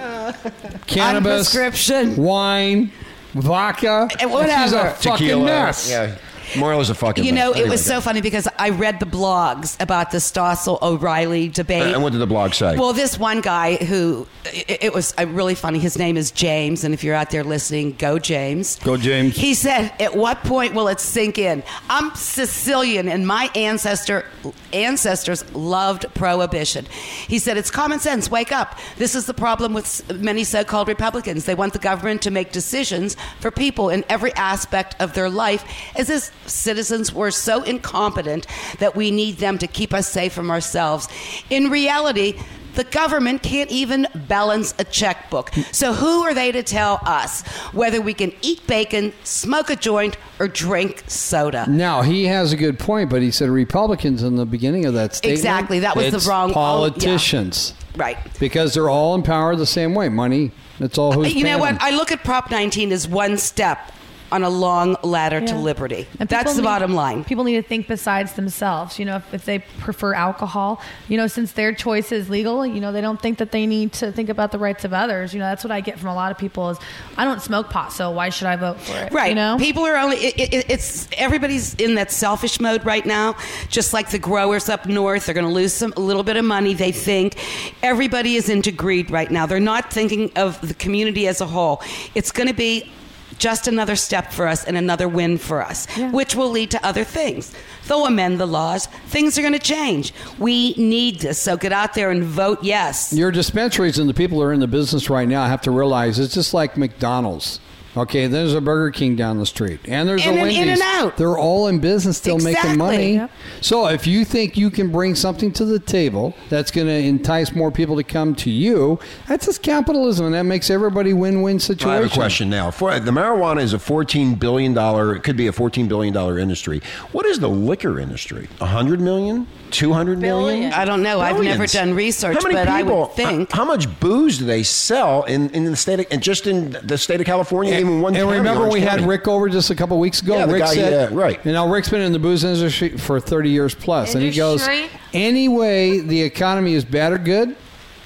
[SPEAKER 7] cannabis,
[SPEAKER 5] prescription.
[SPEAKER 7] wine, vodka.
[SPEAKER 5] And whatever.
[SPEAKER 7] She's a fucking
[SPEAKER 3] Tequila.
[SPEAKER 7] mess.
[SPEAKER 3] Yeah. Marlo's a fucking
[SPEAKER 5] You
[SPEAKER 3] mess.
[SPEAKER 5] know,
[SPEAKER 3] There
[SPEAKER 5] it was
[SPEAKER 3] go.
[SPEAKER 5] so funny because I read the blogs about the Stossel O'Reilly debate.
[SPEAKER 3] And what did the blog say?
[SPEAKER 5] Well, this one guy who it, it was uh, really funny. His name is James, and if you're out there listening, go James.
[SPEAKER 9] Go James.
[SPEAKER 5] He said, "At what point will it sink in? I'm Sicilian, and my ancestor ancestors loved prohibition." He said, "It's common sense. Wake up. This is the problem with s- many so-called Republicans. They want the government to make decisions for people in every aspect of their life, as if citizens were so incompetent that we need them to keep us safe from ourselves. In reality." The government can't even balance a checkbook. So, who are they to tell us whether we can eat bacon, smoke a joint, or drink soda?
[SPEAKER 7] Now he has a good point, but he said Republicans in the beginning of that statement.
[SPEAKER 5] Exactly, that was the
[SPEAKER 7] it's
[SPEAKER 5] wrong- oh, yeah.
[SPEAKER 7] politicians,
[SPEAKER 5] Right.
[SPEAKER 7] Because they're all in power the same way. Money. That's all. Who's
[SPEAKER 5] You know
[SPEAKER 7] paying
[SPEAKER 5] what?
[SPEAKER 7] them.
[SPEAKER 5] I look at Prop 19 as one step on a long ladder to
[SPEAKER 8] Yeah.
[SPEAKER 5] liberty.
[SPEAKER 8] And
[SPEAKER 5] That's
[SPEAKER 8] people
[SPEAKER 5] the
[SPEAKER 8] need-
[SPEAKER 5] bottom line.
[SPEAKER 8] People need to think besides themselves. You know, if, if they prefer alcohol, you know, since their choice is legal, you know, they don't think that they need to think about the rights of others. You know, that's what I get from a lot of people is, I don't smoke pot, so why should I vote for it?
[SPEAKER 5] Right.
[SPEAKER 8] You know,
[SPEAKER 5] People are only, it, it, it's, everybody's in that selfish mode right now. Just like the growers up north, they're going to lose some, a little bit of money, they think. Everybody is into greed right now. They're not thinking of the community as a whole. It's going to be just another step for us and another win for us, which will lead to other things. They'll amend the laws. Things are going to change. We need this. So get out there and vote yes.
[SPEAKER 7] Your dispensaries and the people who are in the business right now have to realize it's just like McDonald's. Okay, there's a Burger King down the street, and there's
[SPEAKER 5] And
[SPEAKER 7] a
[SPEAKER 5] an
[SPEAKER 7] Wendy's.
[SPEAKER 5] In-N-Out.
[SPEAKER 7] They're all in business, still making
[SPEAKER 5] Exactly.
[SPEAKER 7] money.
[SPEAKER 8] Yep.
[SPEAKER 7] So if you think you can bring something to the table that's going to entice more people to come to you, that's just capitalism, and that makes everybody win-win situation.
[SPEAKER 3] I have a question now. For, the marijuana is a fourteen billion dollar. It could be a fourteen billion dollar industry. What is the liquor industry? A hundred million? Two hundred million?
[SPEAKER 6] Billion.
[SPEAKER 5] I don't know. I've never
[SPEAKER 3] Billions.
[SPEAKER 5] done research,
[SPEAKER 3] How many
[SPEAKER 5] but I
[SPEAKER 3] people-
[SPEAKER 5] would think.
[SPEAKER 3] How, how much booze do they sell in, in the state of, and just in the state of California? even one.
[SPEAKER 7] and
[SPEAKER 3] county,
[SPEAKER 7] remember,
[SPEAKER 3] Orange
[SPEAKER 7] we had
[SPEAKER 3] County.
[SPEAKER 7] Rick over just a couple weeks ago.
[SPEAKER 3] Yeah, the
[SPEAKER 7] Rick
[SPEAKER 3] guy-
[SPEAKER 7] said,
[SPEAKER 3] yeah, right.
[SPEAKER 7] You know, Rick's been in the booze industry for 30 years plus, and he goes,
[SPEAKER 6] Industry?
[SPEAKER 7] any way the economy is bad or good,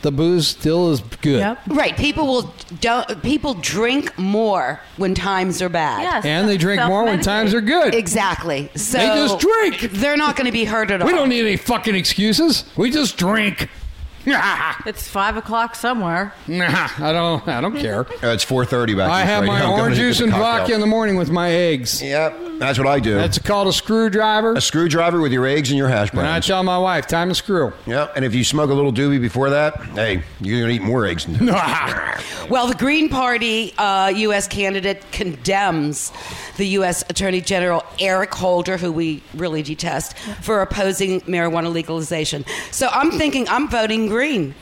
[SPEAKER 7] the booze still is good.
[SPEAKER 8] Yep.
[SPEAKER 5] Right, people will don't people drink more when times are bad.
[SPEAKER 6] Yes.
[SPEAKER 7] And they drink more when
[SPEAKER 6] Self-medicate.
[SPEAKER 7] times are good.
[SPEAKER 5] Exactly. So
[SPEAKER 7] They just drink.
[SPEAKER 5] They're not going to be hurt at all.
[SPEAKER 7] We don't need any fucking excuses. We just drink. I
[SPEAKER 6] It's five o'clock somewhere.
[SPEAKER 7] don't. I don't care.
[SPEAKER 3] Uh, it's four thirty back.
[SPEAKER 7] I
[SPEAKER 3] in
[SPEAKER 7] have
[SPEAKER 3] Australia.
[SPEAKER 7] my
[SPEAKER 3] I'm gonna
[SPEAKER 7] orange
[SPEAKER 3] hit
[SPEAKER 7] juice
[SPEAKER 3] the
[SPEAKER 7] and
[SPEAKER 3] cocktail.
[SPEAKER 7] vodka in the morning with my eggs.
[SPEAKER 3] Yep, that's what I do.
[SPEAKER 7] That's called a screwdriver.
[SPEAKER 3] a screwdriver with your eggs and your hash
[SPEAKER 7] And I
[SPEAKER 3] browns.
[SPEAKER 7] tell my wife, time to screw.
[SPEAKER 3] Yep, and if you smoke a little doobie before that, hey, you're gonna eat more eggs. Than
[SPEAKER 5] Well, the Green Party uh, U.S. candidate condemns the U.S. Attorney General Eric Holder, who we really detest, for opposing marijuana legalization. So I'm thinking I'm voting green.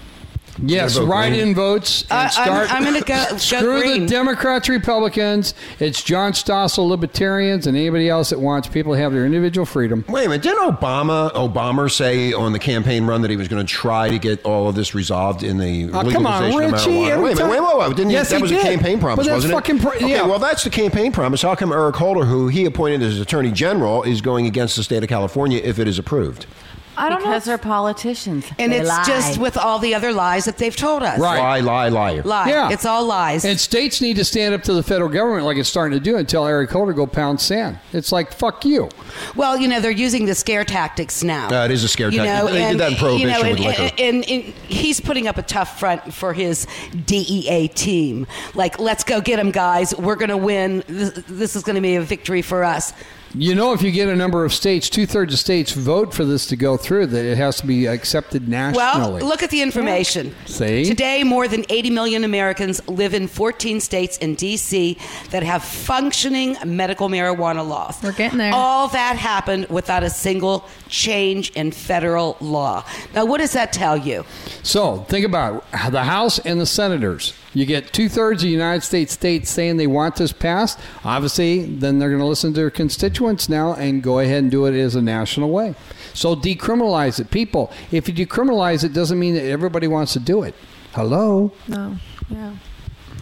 [SPEAKER 7] Yes,
[SPEAKER 3] vote
[SPEAKER 7] write
[SPEAKER 3] green.
[SPEAKER 7] in votes and
[SPEAKER 5] I- I'm-
[SPEAKER 7] start.
[SPEAKER 5] I'm gonna go- go
[SPEAKER 7] screw
[SPEAKER 5] green.
[SPEAKER 7] the Democrats, Republicans. It's John Stossel, Libertarians, and anybody else that wants people to have their individual freedom.
[SPEAKER 3] Wait a minute. Didn't Obama Obama say on the campaign run that he was going to try to get all of this resolved in the
[SPEAKER 7] Oh,
[SPEAKER 3] legalization
[SPEAKER 7] come on,
[SPEAKER 3] of
[SPEAKER 7] Richie,
[SPEAKER 3] marijuana?
[SPEAKER 7] every
[SPEAKER 3] Wait a minute. Wait,
[SPEAKER 7] time-
[SPEAKER 3] whoa, whoa. Didn't
[SPEAKER 7] Yes,
[SPEAKER 3] that
[SPEAKER 7] he
[SPEAKER 3] was
[SPEAKER 7] did.
[SPEAKER 3] a campaign promise,
[SPEAKER 7] But that's
[SPEAKER 3] wasn't
[SPEAKER 7] fucking
[SPEAKER 3] it?
[SPEAKER 7] pro-
[SPEAKER 3] okay,
[SPEAKER 7] yeah.
[SPEAKER 3] Well, that's the campaign promise. How come Eric Holder, who he appointed as Attorney General, is going against the state of California if it is approved?
[SPEAKER 8] I don't
[SPEAKER 6] Because
[SPEAKER 8] know.
[SPEAKER 6] they're politicians.
[SPEAKER 5] And
[SPEAKER 6] They
[SPEAKER 5] it's
[SPEAKER 6] lie.
[SPEAKER 5] just with all the other lies that they've told us.
[SPEAKER 7] Right.
[SPEAKER 3] Lie, lie, liar.
[SPEAKER 5] Lie.
[SPEAKER 7] Yeah.
[SPEAKER 5] It's all lies.
[SPEAKER 7] And states need to stand up to the federal government like it's starting to do and tell Eric Holder go pound sand. It's like fuck you.
[SPEAKER 5] Well, you know, they're using the scare tactics now.
[SPEAKER 3] Uh, it is a scare tactic. They did that in
[SPEAKER 5] you know,
[SPEAKER 3] Prohibition with
[SPEAKER 5] and,
[SPEAKER 3] liquor.
[SPEAKER 5] and- and- and he's putting up a tough front for his DEA team. Like, let's go get him, guys. We're going to win. This, this is going to be a victory for us.
[SPEAKER 7] You know, if you get a number of states, two thirds of states vote for this to go through, that it has to be accepted
[SPEAKER 5] Well,
[SPEAKER 7] nationally.
[SPEAKER 5] look at the information.
[SPEAKER 7] See?
[SPEAKER 5] Today, more than 80 million Americans live in 14 states and D.C. that have functioning medical marijuana laws.
[SPEAKER 8] We're getting there.
[SPEAKER 5] All that happened without a single change in federal law. Now, what does that tell you?
[SPEAKER 7] So think about it. the House and the senators. You get two thirds of the United States states saying they want this passed. Obviously, then they're going to listen to their constituents now and go ahead and do it as a national way. So decriminalize it, people. If you decriminalize it, doesn't mean that everybody wants to do it. Hello.
[SPEAKER 8] No. Yeah.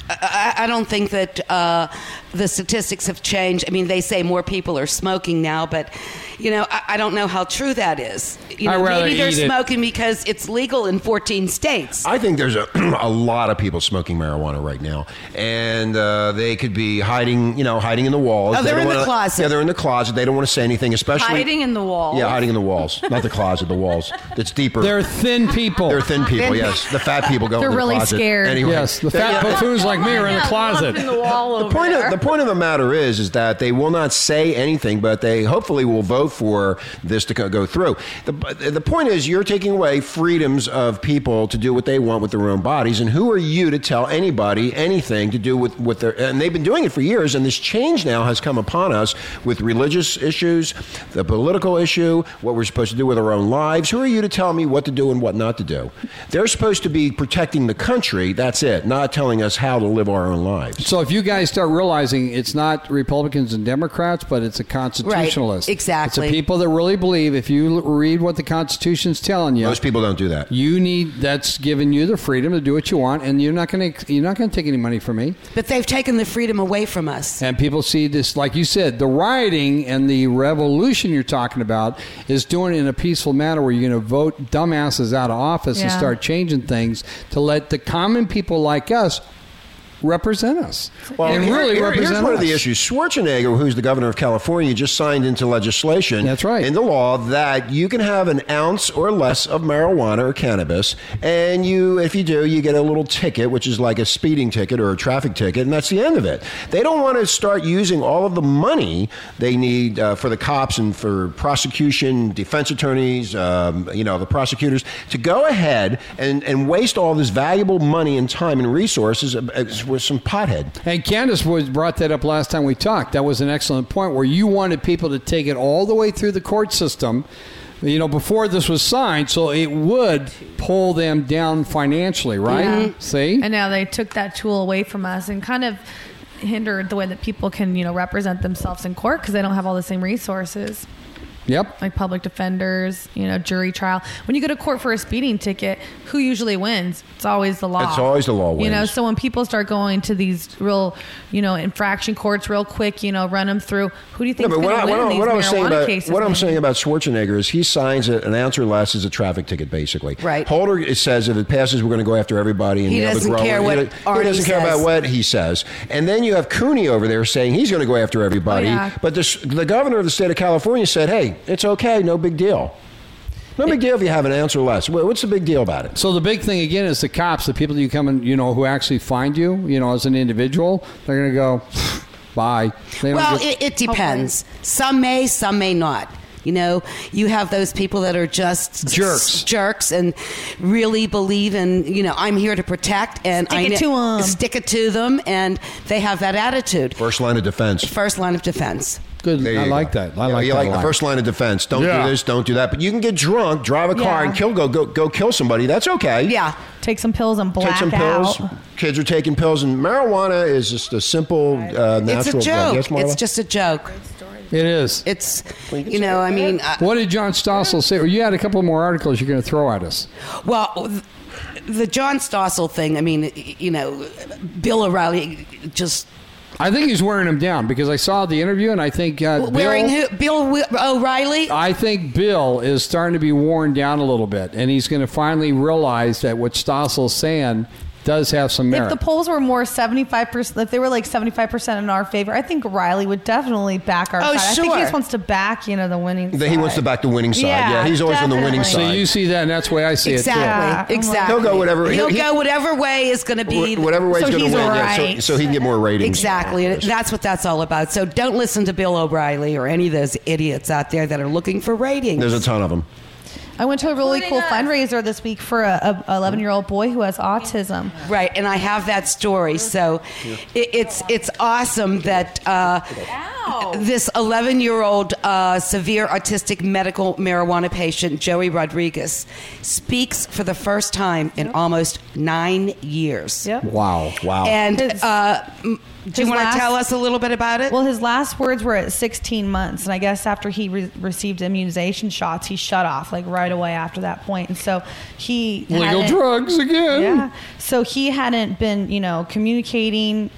[SPEAKER 5] I, I don't think that uh, the statistics have changed. I mean, they say more people are smoking now, but you know, I, I don't know how true that is. You
[SPEAKER 7] I'd
[SPEAKER 5] know,
[SPEAKER 7] rather
[SPEAKER 5] maybe they're
[SPEAKER 7] eat it.
[SPEAKER 5] smoking because it's legal in 14 states.
[SPEAKER 3] I think there's a, a lot of people smoking marijuana right now, and uh, they could be hiding, you know, hiding in the walls.
[SPEAKER 5] Oh, they're
[SPEAKER 3] They don't
[SPEAKER 5] in the
[SPEAKER 3] wanna-
[SPEAKER 5] closet.
[SPEAKER 3] Yeah, they're in the closet. They don't want to say anything, especially
[SPEAKER 6] Hiding in the walls.
[SPEAKER 3] Yeah, hiding in the walls, not the closet, the walls. It's deeper.
[SPEAKER 7] They're thin people.
[SPEAKER 3] They're thin people. yes, the fat people go.
[SPEAKER 8] They're
[SPEAKER 3] in the
[SPEAKER 8] really
[SPEAKER 3] closet.
[SPEAKER 8] scared.
[SPEAKER 3] Anyway,
[SPEAKER 7] yes, the
[SPEAKER 3] They-
[SPEAKER 7] fat
[SPEAKER 3] yeah.
[SPEAKER 7] buffoons like me are in
[SPEAKER 6] Yeah,
[SPEAKER 7] the closet.
[SPEAKER 6] locked in the wall over
[SPEAKER 3] The point,
[SPEAKER 6] there.
[SPEAKER 3] of, the point of the matter is, is that they will not say anything, but they hopefully will vote for this to co- go through. The, the point is, you're taking away freedoms of people to do what they want with their own bodies, and who are you to tell anybody anything to do with, with their? And they've been doing it for years, and this change now has come upon us with religious issues, the political issue, what we're supposed to do with our own lives. Who are you to tell me what to do and what not to do? They're supposed to be protecting the country. That's it, not telling us how to live our own lives.
[SPEAKER 7] So if you guys start realizing it's not Republicans and Democrats, but it's a constitutionalist.
[SPEAKER 5] exactly.
[SPEAKER 7] It's the people that really believe if you l- read what the Constitution's telling you,
[SPEAKER 3] Most people don't do that.
[SPEAKER 7] you need that's giving you the freedom to do what you want, and you're not going to you're not going to take any money from me.
[SPEAKER 5] But they've taken the freedom away from us.
[SPEAKER 7] And people see this, like you said, the rioting and the revolution you're talking about is doing it in a peaceful manner where you're going to vote dumbasses out of office and
[SPEAKER 8] Yeah.
[SPEAKER 7] start changing things to let the common people like us represent us and
[SPEAKER 3] here-
[SPEAKER 7] really
[SPEAKER 3] here-
[SPEAKER 7] represent
[SPEAKER 3] here's one
[SPEAKER 7] us.
[SPEAKER 3] of the issues. Schwarzenegger, who's the governor of California, just signed into legislation.
[SPEAKER 7] That's right.
[SPEAKER 3] Into law that you can have an ounce or less of marijuana or cannabis, and you, if you do, you get a little ticket, which is like a speeding ticket or a traffic ticket, and that's the end of it. They don't want to start using all of the money they need uh, for the cops and for prosecution, defense attorneys, um, you know, the prosecutors to go ahead and, and waste all this valuable money and time and resources uh, uh, with some pothead.
[SPEAKER 7] And Candace was brought that up last time we talked. That was an excellent point where you wanted people to take it all the way through the court system, you know, before this was signed, so it would pull them down financially, right? Mm-hmm. See?
[SPEAKER 9] And now they took that tool away from us and kind of hindered the way that people can, you know, represent themselves in court because they don't have all the same resources
[SPEAKER 7] yep.
[SPEAKER 9] like public defenders, you know, jury trial. When you go to court for a speeding ticket, who usually wins? It's always the law.
[SPEAKER 3] It's always the law
[SPEAKER 9] You know,
[SPEAKER 3] wins.
[SPEAKER 9] so when people start going to these real, you know, infraction courts real quick, you know, run them through. Who do you think is going to win these marijuana
[SPEAKER 3] about
[SPEAKER 9] cases?
[SPEAKER 3] what I'm
[SPEAKER 9] man?
[SPEAKER 3] saying about Schwarzenegger is he signs it, an ounce or less is a traffic ticket, basically.
[SPEAKER 5] Right.
[SPEAKER 3] Holder it says if it passes, we're going to go after everybody. And
[SPEAKER 5] He
[SPEAKER 3] the other
[SPEAKER 5] doesn't
[SPEAKER 3] grower.
[SPEAKER 5] care
[SPEAKER 3] He
[SPEAKER 5] what
[SPEAKER 3] don't- he
[SPEAKER 5] Arnie
[SPEAKER 3] doesn't care
[SPEAKER 5] says.
[SPEAKER 3] about what he says. And then you have Cooney over there saying he's going to go after everybody.
[SPEAKER 9] Oh, yeah.
[SPEAKER 3] But this, the governor of the state of California said, "Hey, it's okay, no big deal." No big deal if you have an ounce or less. Wha- What's the big deal about it?
[SPEAKER 7] So the big thing again is the cops, the people you come and you know who actually find you, you know, as an individual, they're going to go bye. They don't
[SPEAKER 5] Well,
[SPEAKER 7] get-
[SPEAKER 5] it, it depends. Some may, some may not. You know, you have those people that are just
[SPEAKER 7] Jerks.
[SPEAKER 5] s- jerks, and really believe in you know I'm here to protect, and
[SPEAKER 9] Stick
[SPEAKER 5] I
[SPEAKER 9] it
[SPEAKER 5] kn-
[SPEAKER 9] to 'em.
[SPEAKER 5] stick it to them, and they have that attitude.
[SPEAKER 3] First line of defense.
[SPEAKER 5] First line of defense.
[SPEAKER 7] good.
[SPEAKER 3] There
[SPEAKER 7] I
[SPEAKER 3] you go.
[SPEAKER 7] like that. I
[SPEAKER 3] Yeah,
[SPEAKER 7] like
[SPEAKER 3] you
[SPEAKER 7] that. a
[SPEAKER 3] like the
[SPEAKER 7] lot.
[SPEAKER 3] first line of defense. Don't
[SPEAKER 7] Yeah.
[SPEAKER 3] do this. Don't do that. But you can get drunk, drive a
[SPEAKER 9] Yeah.
[SPEAKER 3] car, and kill go go go kill somebody. That's okay.
[SPEAKER 5] Yeah,
[SPEAKER 9] Take some pills and black
[SPEAKER 3] Take some pills.
[SPEAKER 9] out.
[SPEAKER 3] Kids are taking pills, and marijuana is just a simple uh, natural
[SPEAKER 5] it's a
[SPEAKER 3] drug.
[SPEAKER 5] joke.
[SPEAKER 3] Yes, Marla?
[SPEAKER 5] it's just a joke.
[SPEAKER 7] It is.
[SPEAKER 5] It's you know I mean uh, I,
[SPEAKER 7] What did John Stossel say? Or you had a couple more articles you're going to throw at us.
[SPEAKER 5] Well, th- the John Stossel thing, I mean, y- you know, Bill O'Reilly just
[SPEAKER 7] I think he's wearing him down because I saw the interview and I think uh,
[SPEAKER 5] wearing
[SPEAKER 7] Bill,
[SPEAKER 5] who? Bill Wi- O'Reilly?
[SPEAKER 7] I think Bill is starting to be worn down a little bit, and he's going to finally realize that what Stossel's saying does have some merit.
[SPEAKER 8] If the polls were more 75%, if they were like 75% in our favor, I think Riley would definitely back our
[SPEAKER 5] Oh,
[SPEAKER 8] side. I think he
[SPEAKER 5] sure.
[SPEAKER 8] just wants to back, you know, the winning
[SPEAKER 3] That he wants to
[SPEAKER 8] side.
[SPEAKER 3] back the winning side. Yeah,
[SPEAKER 8] Yeah,
[SPEAKER 3] he's always on the winning
[SPEAKER 8] definitely.
[SPEAKER 7] so
[SPEAKER 3] side.
[SPEAKER 7] you see that, and that's the way I see
[SPEAKER 5] exactly.
[SPEAKER 7] it
[SPEAKER 8] Yeah.
[SPEAKER 5] Exactly.
[SPEAKER 3] Oh He'll go whatever-
[SPEAKER 5] He'll
[SPEAKER 3] he-
[SPEAKER 5] go whatever way is going to be.
[SPEAKER 3] Wh- Whatever way
[SPEAKER 9] So
[SPEAKER 3] going to
[SPEAKER 9] he's
[SPEAKER 3] win, yeah, so-
[SPEAKER 9] alright.
[SPEAKER 3] so, he can get more ratings.
[SPEAKER 5] Exactly. And That's what that's all about. So don't listen to Bill O'Reilly or any of those idiots out there that are looking for ratings.
[SPEAKER 3] There's a ton of them.
[SPEAKER 8] I went to a really cool
[SPEAKER 9] Including us.
[SPEAKER 8] fundraiser this week for a 11 year old boy who has autism.
[SPEAKER 5] Right, and I have that story. So it, it's it's awesome that uh,
[SPEAKER 6] Wow.
[SPEAKER 5] this 11 year old uh, severe autistic medical marijuana patient, Joey Rodriguez, speaks for the first time in almost nine years.
[SPEAKER 8] Yep.
[SPEAKER 7] Wow. Wow.
[SPEAKER 5] And
[SPEAKER 8] His-
[SPEAKER 5] uh, m- do
[SPEAKER 8] his
[SPEAKER 5] you want
[SPEAKER 8] last-
[SPEAKER 5] to tell us a little bit about it?
[SPEAKER 8] Well, his last words were at 16 months, and I guess after he re- received immunization shots, he shut off like right away after that point, and so he
[SPEAKER 7] Legal
[SPEAKER 8] hadn't-
[SPEAKER 7] drugs again.
[SPEAKER 8] Yeah, so he hadn't been, you know, communicating.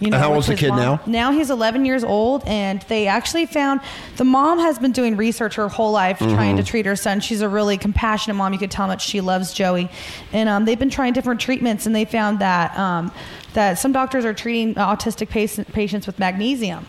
[SPEAKER 8] You know,
[SPEAKER 3] how
[SPEAKER 8] with
[SPEAKER 3] old's the
[SPEAKER 8] his
[SPEAKER 3] kid
[SPEAKER 8] mom.
[SPEAKER 3] now?
[SPEAKER 8] Now he's 11 years old, and they actually found the mom has been doing research her whole life
[SPEAKER 3] Mm-hmm.
[SPEAKER 8] trying to treat her son. She's a really compassionate mom. You could tell how much she loves Joey, and um, they've been trying different treatments, and they found that um, that some doctors are treating autistic pac- patients with magnesium.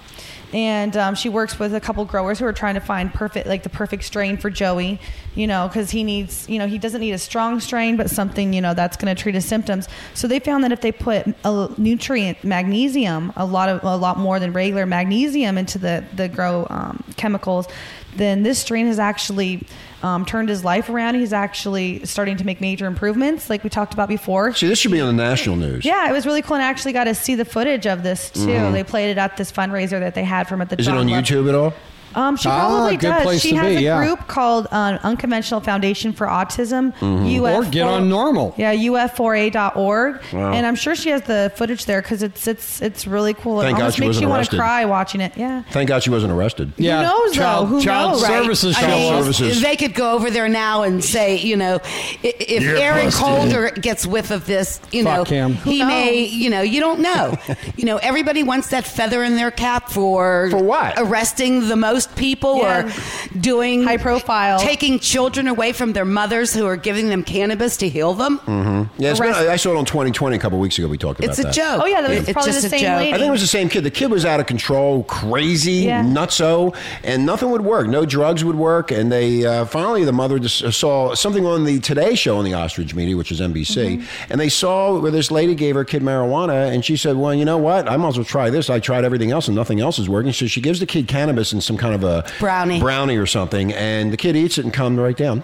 [SPEAKER 8] And um, she works with a couple growers who are trying to find perfect, like the perfect strain for Joey, you know, because he needs, you know, he doesn't need a strong strain, but something, you know, that's going to treat his symptoms. So they found that if they put a nutrient magnesium, a lot of, a lot more than regular magnesium into the the grow um, chemicals, then this strain has actually um, turned his life around. He's actually starting to make major improvements, like we talked about before.
[SPEAKER 3] See, this should be on the national news.
[SPEAKER 8] Yeah, it was really cool, and I actually got to see the footage of this too. They played it at this fundraiser that they had from at the.
[SPEAKER 3] Mm-hmm. Is it
[SPEAKER 8] John
[SPEAKER 3] on
[SPEAKER 8] Love-
[SPEAKER 3] YouTube at all?
[SPEAKER 8] um, she
[SPEAKER 7] Ah,
[SPEAKER 8] probably
[SPEAKER 7] good
[SPEAKER 8] does.
[SPEAKER 7] place
[SPEAKER 8] She
[SPEAKER 7] to
[SPEAKER 8] has
[SPEAKER 7] be,
[SPEAKER 8] a
[SPEAKER 7] yeah.
[SPEAKER 8] group called uh, Unconventional Foundation for Autism.
[SPEAKER 3] Mm-hmm.
[SPEAKER 8] UF4
[SPEAKER 7] Or get on normal.
[SPEAKER 8] Yeah, uf4a.org.
[SPEAKER 3] Wow.
[SPEAKER 8] And I'm sure she has the footage there because it's it's it's really cool. It
[SPEAKER 3] Thank God
[SPEAKER 8] almost
[SPEAKER 3] she
[SPEAKER 8] makes
[SPEAKER 3] wasn't
[SPEAKER 8] you want to
[SPEAKER 3] arrested.
[SPEAKER 8] cry watching it. Yeah.
[SPEAKER 3] Thank God she wasn't arrested.
[SPEAKER 7] Yeah,
[SPEAKER 8] Who knows, though?
[SPEAKER 7] child,
[SPEAKER 8] Who
[SPEAKER 7] child
[SPEAKER 8] knows, right?
[SPEAKER 7] services
[SPEAKER 8] I
[SPEAKER 7] show
[SPEAKER 8] mean-
[SPEAKER 7] up.
[SPEAKER 3] services.
[SPEAKER 5] They could go over there now and say, you know, i- if
[SPEAKER 3] You're
[SPEAKER 5] Aaron
[SPEAKER 3] busted.
[SPEAKER 5] Colder gets whiff of this, you
[SPEAKER 7] Fuck
[SPEAKER 5] know,
[SPEAKER 7] him.
[SPEAKER 5] he
[SPEAKER 8] Who
[SPEAKER 5] may,
[SPEAKER 8] knows?
[SPEAKER 5] you know, you don't know. you know, everybody wants that feather in their cap for
[SPEAKER 3] For what?
[SPEAKER 5] Arresting the most people
[SPEAKER 8] Yeah.
[SPEAKER 5] or doing
[SPEAKER 8] High profile.
[SPEAKER 5] taking children away from their mothers who are giving them cannabis to heal them.
[SPEAKER 3] Hmm, Yeah, it's been,
[SPEAKER 8] Arrest-
[SPEAKER 3] I saw it on 2020 a couple weeks ago. We talked about
[SPEAKER 5] It's a
[SPEAKER 3] that.
[SPEAKER 5] joke.
[SPEAKER 8] Oh, yeah, that was
[SPEAKER 5] It's
[SPEAKER 8] probably
[SPEAKER 5] just
[SPEAKER 8] the
[SPEAKER 5] a
[SPEAKER 8] same
[SPEAKER 5] joke.
[SPEAKER 8] lady.
[SPEAKER 3] I think it was the same kid. The kid was out of control, crazy,
[SPEAKER 8] Yeah.
[SPEAKER 3] nutso, and nothing would work. No drugs would work. And they uh, finally, the mother just saw something on the Today Show on the Ostrich Media, which is NBC,
[SPEAKER 5] Mm-hmm.
[SPEAKER 3] and they saw where this lady gave her kid marijuana, and she said, "Well, you know what? I might as well try this. I tried everything else, and nothing else is working." So she gives the kid cannabis and some kind of a
[SPEAKER 5] Brownie.
[SPEAKER 3] brownie or something, and the kid eats it and comes right down.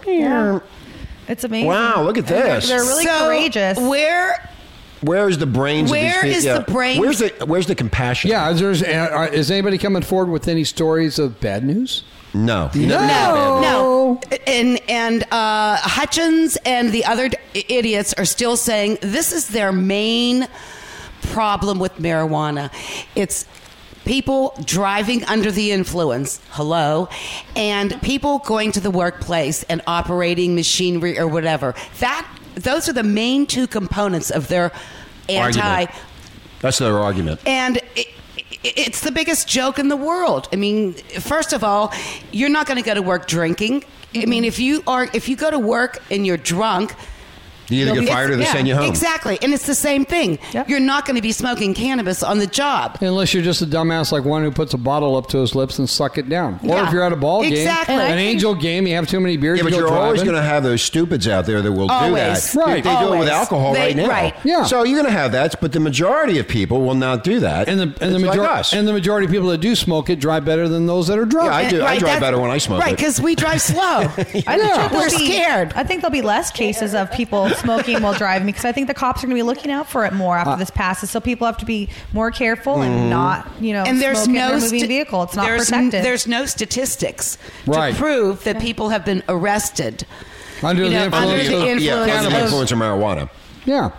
[SPEAKER 8] It's amazing.
[SPEAKER 3] Wow, look at
[SPEAKER 8] And they're-
[SPEAKER 3] this.
[SPEAKER 8] They're, really
[SPEAKER 5] So,
[SPEAKER 8] courageous.
[SPEAKER 5] Where
[SPEAKER 3] Where is the brains?
[SPEAKER 5] Where
[SPEAKER 3] of these
[SPEAKER 5] is
[SPEAKER 3] people?
[SPEAKER 5] the brains-
[SPEAKER 3] Where's the Where's the compassion?
[SPEAKER 7] Yeah, is, there's, uh, are- is anybody coming forward with any stories of bad news?
[SPEAKER 3] No. No.
[SPEAKER 5] No, and and uh, Hutchins and the other d- idiots are still saying this is their main problem with marijuana. It's people driving under the influence. Hello, and people going to the workplace and operating machinery or whatever. That those are the main two components of their anti.
[SPEAKER 3] Argument. That's their argument.
[SPEAKER 5] And it, it- it's the biggest joke in the world. I mean, first of all, you're not going to go to work drinking. I mean, if you are, if you go to work and you're drunk,
[SPEAKER 3] You either get
[SPEAKER 5] it's-
[SPEAKER 3] fired or they
[SPEAKER 5] yeah,
[SPEAKER 3] send you home.
[SPEAKER 5] Exactly, and it's the same thing.
[SPEAKER 8] Yep.
[SPEAKER 5] You're not going to be smoking cannabis on the job.
[SPEAKER 7] Unless you're just a dumbass like one who puts a bottle up to his lips and suck it down. Or
[SPEAKER 5] Yeah.
[SPEAKER 7] if you're at a ball game,
[SPEAKER 5] Exactly.
[SPEAKER 7] an angel game, you have too many beers.
[SPEAKER 3] Yeah, but
[SPEAKER 7] you go
[SPEAKER 3] you're always
[SPEAKER 7] driving.
[SPEAKER 3] going to have those stupids out there that will
[SPEAKER 5] Always.
[SPEAKER 3] do that.
[SPEAKER 7] Right.
[SPEAKER 3] They do it with
[SPEAKER 5] Always.
[SPEAKER 3] alcohol
[SPEAKER 5] They-
[SPEAKER 3] right now.
[SPEAKER 5] right.
[SPEAKER 7] Yeah.
[SPEAKER 3] So you're going to have that, but the majority of people will not do that.
[SPEAKER 7] and the and the
[SPEAKER 3] It's like
[SPEAKER 7] majority
[SPEAKER 3] us.
[SPEAKER 7] and the majority of people that do smoke it drive better than those that are drunk.
[SPEAKER 3] Yeah, I
[SPEAKER 5] And-
[SPEAKER 3] do. I drive
[SPEAKER 5] that's-
[SPEAKER 3] better when I smoke
[SPEAKER 5] Right,
[SPEAKER 3] it.
[SPEAKER 5] because we drive slow.
[SPEAKER 8] I think
[SPEAKER 7] Yeah.
[SPEAKER 8] there'll
[SPEAKER 5] Oh, We're
[SPEAKER 8] be-
[SPEAKER 5] scared.
[SPEAKER 8] I think there'll be less cases of people smoking while driving because I think the cops are going to be looking out for it more after this passes. So people have to be more careful and not, you know,
[SPEAKER 5] and there's
[SPEAKER 8] smoke in
[SPEAKER 5] no
[SPEAKER 8] their moving
[SPEAKER 5] sti-
[SPEAKER 8] vehicle. It's not
[SPEAKER 5] there's n-
[SPEAKER 8] protected.
[SPEAKER 5] there's no statistics
[SPEAKER 7] Right.
[SPEAKER 5] to prove that people have been arrested
[SPEAKER 7] Under
[SPEAKER 5] you
[SPEAKER 7] the
[SPEAKER 5] know,
[SPEAKER 7] influence
[SPEAKER 5] Under the
[SPEAKER 7] of-
[SPEAKER 5] influence
[SPEAKER 3] yeah, under the
[SPEAKER 5] of-
[SPEAKER 3] influence of marijuana.
[SPEAKER 7] yeah.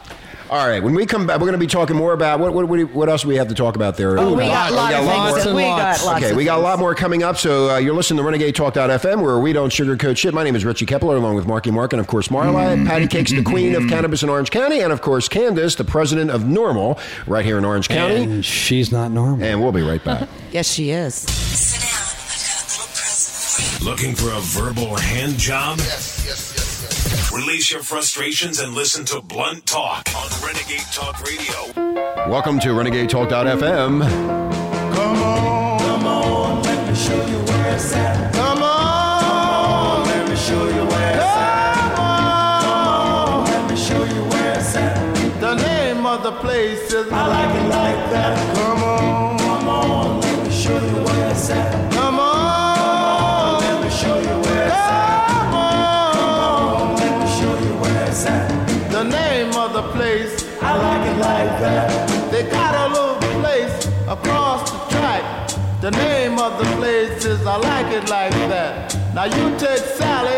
[SPEAKER 3] All right. When we come back, we're going to be talking more about what what, what, do you- what else do we have to talk about there.
[SPEAKER 5] Oh, we got a lot of
[SPEAKER 7] lots
[SPEAKER 5] things. that-
[SPEAKER 7] and
[SPEAKER 5] We
[SPEAKER 7] lots.
[SPEAKER 5] got lots.
[SPEAKER 3] okay,
[SPEAKER 5] of
[SPEAKER 3] we got a
[SPEAKER 5] things.
[SPEAKER 3] lot more coming up. So uh, you're listening to RenegadeTalk.fm, where we don't sugarcoat shit. My name is Richie Kepler, along with Marky Mark, and of course Marla, Patty Cakes, the queen of cannabis in Orange County, and of course Candace, the president of Normal, right here in Orange County.
[SPEAKER 7] And she's not normal.
[SPEAKER 3] and we'll be right back.
[SPEAKER 5] Yes, she is.
[SPEAKER 1] Looking for a verbal hand job? Yes, yes, yes, yes. Release your frustrations and listen to Blunt Talk on Renegade Talk Radio.
[SPEAKER 3] Welcome to RenegadeTalk.fm.
[SPEAKER 10] The name of the place is I like it like that. Come on, come on, let me show you where it's at. Come on, let me show you where it's at. Come on, let me show you where it's at. The name of the place I like it like that. They got a little place across the track. The The name of the place is I Like It Like That. Now you take Sally,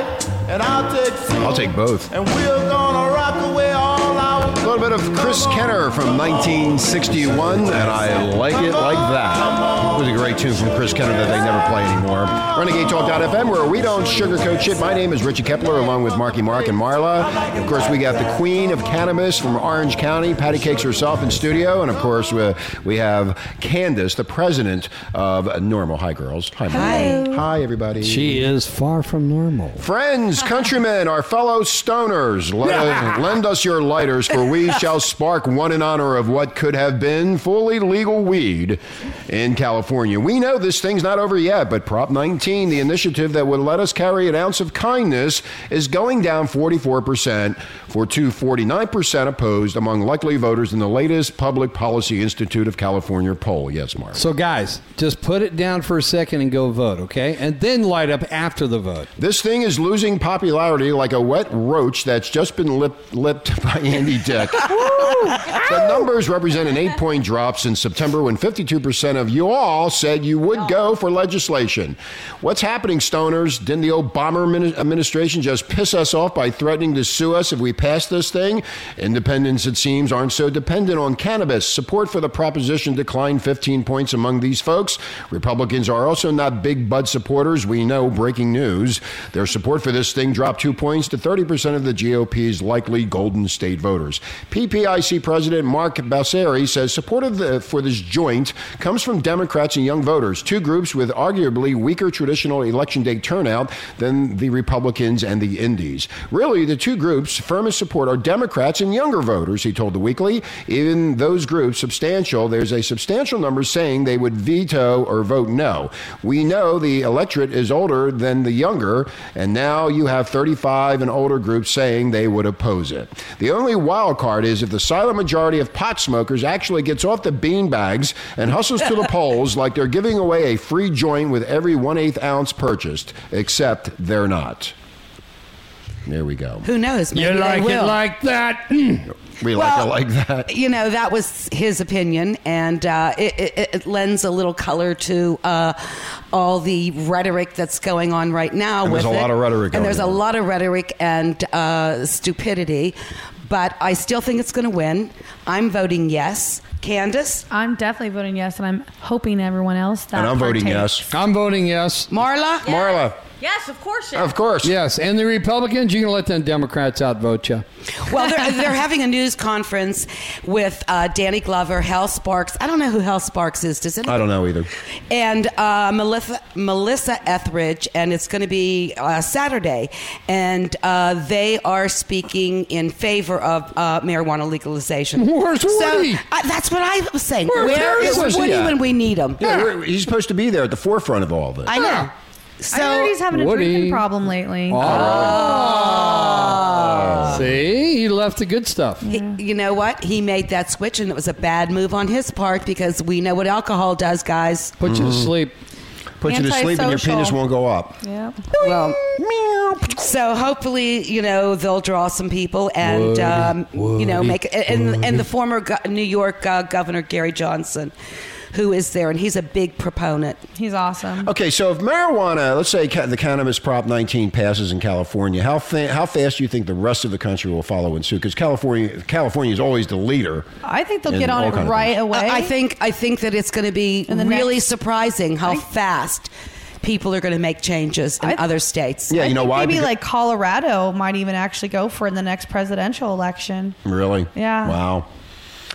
[SPEAKER 10] and I'll take Sue,
[SPEAKER 3] I'll take both.
[SPEAKER 10] and we're gonna rock away all our.
[SPEAKER 3] A little bit of Chris Kenner from 1961, and I like it like that. It was a great tune from Chris Kenner that they never play anymore. Renegade Talk.fm, where we don't sugarcoat shit. My name is Richie Kepler, along with Marky Mark and Marla. Of course, we got the Queen of Cannabis from Orange County, Patty Cakes herself in studio, and of course, we, we have Candace, the president of Normal. Hi, girls. Hi, Marla. Hi, everybody.
[SPEAKER 7] She is far from normal.
[SPEAKER 3] Friends, countrymen, our fellow stoners, le- lend us your lighters, for we shall spark one in honor of what could have been fully legal weed in California. We know this thing's not over yet, but Prop 19, the initiative that would let us carry an ounce of kindness, is going down 44% for to 49% opposed among likely voters in the latest Public Policy Institute of California poll. Yes, Mark.
[SPEAKER 7] So, guys, just put it down for a second and go vote, okay? And then light up after the vote.
[SPEAKER 3] This thing is losing popularity like a wet roach that's just been lip, lipped by Andy Dick. the numbers represent an eight point drop since September when 52% of you all said you would go for legislation. What's happening, stoners? Didn't the Obama admini- administration just piss us off by threatening to sue us if we pass this thing? Independents, it seems, aren't so dependent on cannabis. Support for the proposition declined 15 points among these folks. Republicans are also not big bud supporters. We know breaking news. Their support for this thing dropped two points to 30% of the GOP's likely Golden State voters. PPIC President Mark Basseri says support of the, for this joint comes from Democrats and young voters, two groups with arguably weaker traditional election day turnout than the Republicans and the Indies. Really, the two groups firmest support are Democrats and younger voters, he told the Weekly. Even those groups substantial, there's a substantial number saying they would veto or vote no. We know the electorate is older than the younger, and now you have 35 and older groups saying they would oppose it. The only wild card is if the silent majority of pot smokers actually gets off the beanbags and hustles to the polls like they're giving away a free joint with every one eighth ounce purchased, except they're not. There we go.
[SPEAKER 5] Who knows? Maybe they will.
[SPEAKER 7] that.
[SPEAKER 3] We
[SPEAKER 5] Well, uh,
[SPEAKER 3] like it like that.
[SPEAKER 5] you know that was his opinion and uh, it, it, it lends a little color to uh, all the rhetoric that's going on right now
[SPEAKER 3] And there's
[SPEAKER 5] with
[SPEAKER 3] a
[SPEAKER 5] it.
[SPEAKER 3] lot of rhetoric
[SPEAKER 5] and
[SPEAKER 3] going
[SPEAKER 5] there's a
[SPEAKER 3] on.
[SPEAKER 5] lot of rhetoric and uh, stupidity but i still think it's going to win i'm voting yes candace
[SPEAKER 9] I'm definitely voting yes, and I'm hoping everyone else that
[SPEAKER 3] And I'm voting
[SPEAKER 9] partakes.
[SPEAKER 3] yes.
[SPEAKER 7] I'm voting yes.
[SPEAKER 5] marla
[SPEAKER 3] Marla,
[SPEAKER 6] Yes, of course.
[SPEAKER 3] of course.
[SPEAKER 7] Yes, and the Republicans, you can let them Democrats outvote you.
[SPEAKER 5] Well, they're, they're having a news conference with uh, Danny Glover, Hal Sparks. I don't know who Hal Sparks is. Does it?
[SPEAKER 3] I don't know either.
[SPEAKER 5] And uh, Melissa, Melissa Etheridge, and it's going to be uh, Saturday. And uh, they are speaking in favor of uh, marijuana legalization.
[SPEAKER 7] Where's Woody?
[SPEAKER 5] So, uh, that's what I was saying.
[SPEAKER 7] Where-
[SPEAKER 5] Where,
[SPEAKER 7] where
[SPEAKER 5] is
[SPEAKER 7] is he
[SPEAKER 5] Woody
[SPEAKER 3] at?
[SPEAKER 5] when we need him?
[SPEAKER 3] Yeah, we're- he's supposed to be there at the forefront of all this.
[SPEAKER 5] I know. So,
[SPEAKER 9] I heard he's having a
[SPEAKER 7] Woody.
[SPEAKER 9] drinking problem lately.
[SPEAKER 3] Uh.
[SPEAKER 7] See, he left the good stuff.
[SPEAKER 5] He- You know what? He made that switch, and it was a bad move on his part because we know what alcohol does, guys.
[SPEAKER 7] Put
[SPEAKER 3] Mm-hmm.
[SPEAKER 7] you to sleep.
[SPEAKER 3] Put you to sleep and your
[SPEAKER 9] Antisocial.
[SPEAKER 3] penis won't go up.
[SPEAKER 9] Yeah.
[SPEAKER 5] Well, so hopefully, you know, they'll draw some people and, um, you know, make and, and the former go- New York uh, Governor Gary Johnson, who is there, and he's a big proponent.
[SPEAKER 9] He's awesome.
[SPEAKER 3] Okay, so if marijuana, let's say ca- the cannabis Prop 19 passes in California, how fa- how fast do you think the rest of the country will follow in suit? Because California California is always the leader.
[SPEAKER 8] I think they'll
[SPEAKER 3] In
[SPEAKER 8] get on
[SPEAKER 3] all
[SPEAKER 8] it
[SPEAKER 3] kinds of
[SPEAKER 8] right
[SPEAKER 3] things.
[SPEAKER 8] away.
[SPEAKER 5] I I think I think that it's going to be
[SPEAKER 8] And the
[SPEAKER 5] really
[SPEAKER 8] next-
[SPEAKER 5] surprising how
[SPEAKER 8] I-
[SPEAKER 5] fast people are going to make changes in
[SPEAKER 8] I-
[SPEAKER 5] other states.
[SPEAKER 3] Yeah,
[SPEAKER 8] I
[SPEAKER 3] you know
[SPEAKER 8] think
[SPEAKER 3] why?
[SPEAKER 8] Maybe
[SPEAKER 3] Because-
[SPEAKER 8] like Colorado might even actually go for it in the next presidential election.
[SPEAKER 3] really?
[SPEAKER 8] Yeah.
[SPEAKER 3] Wow.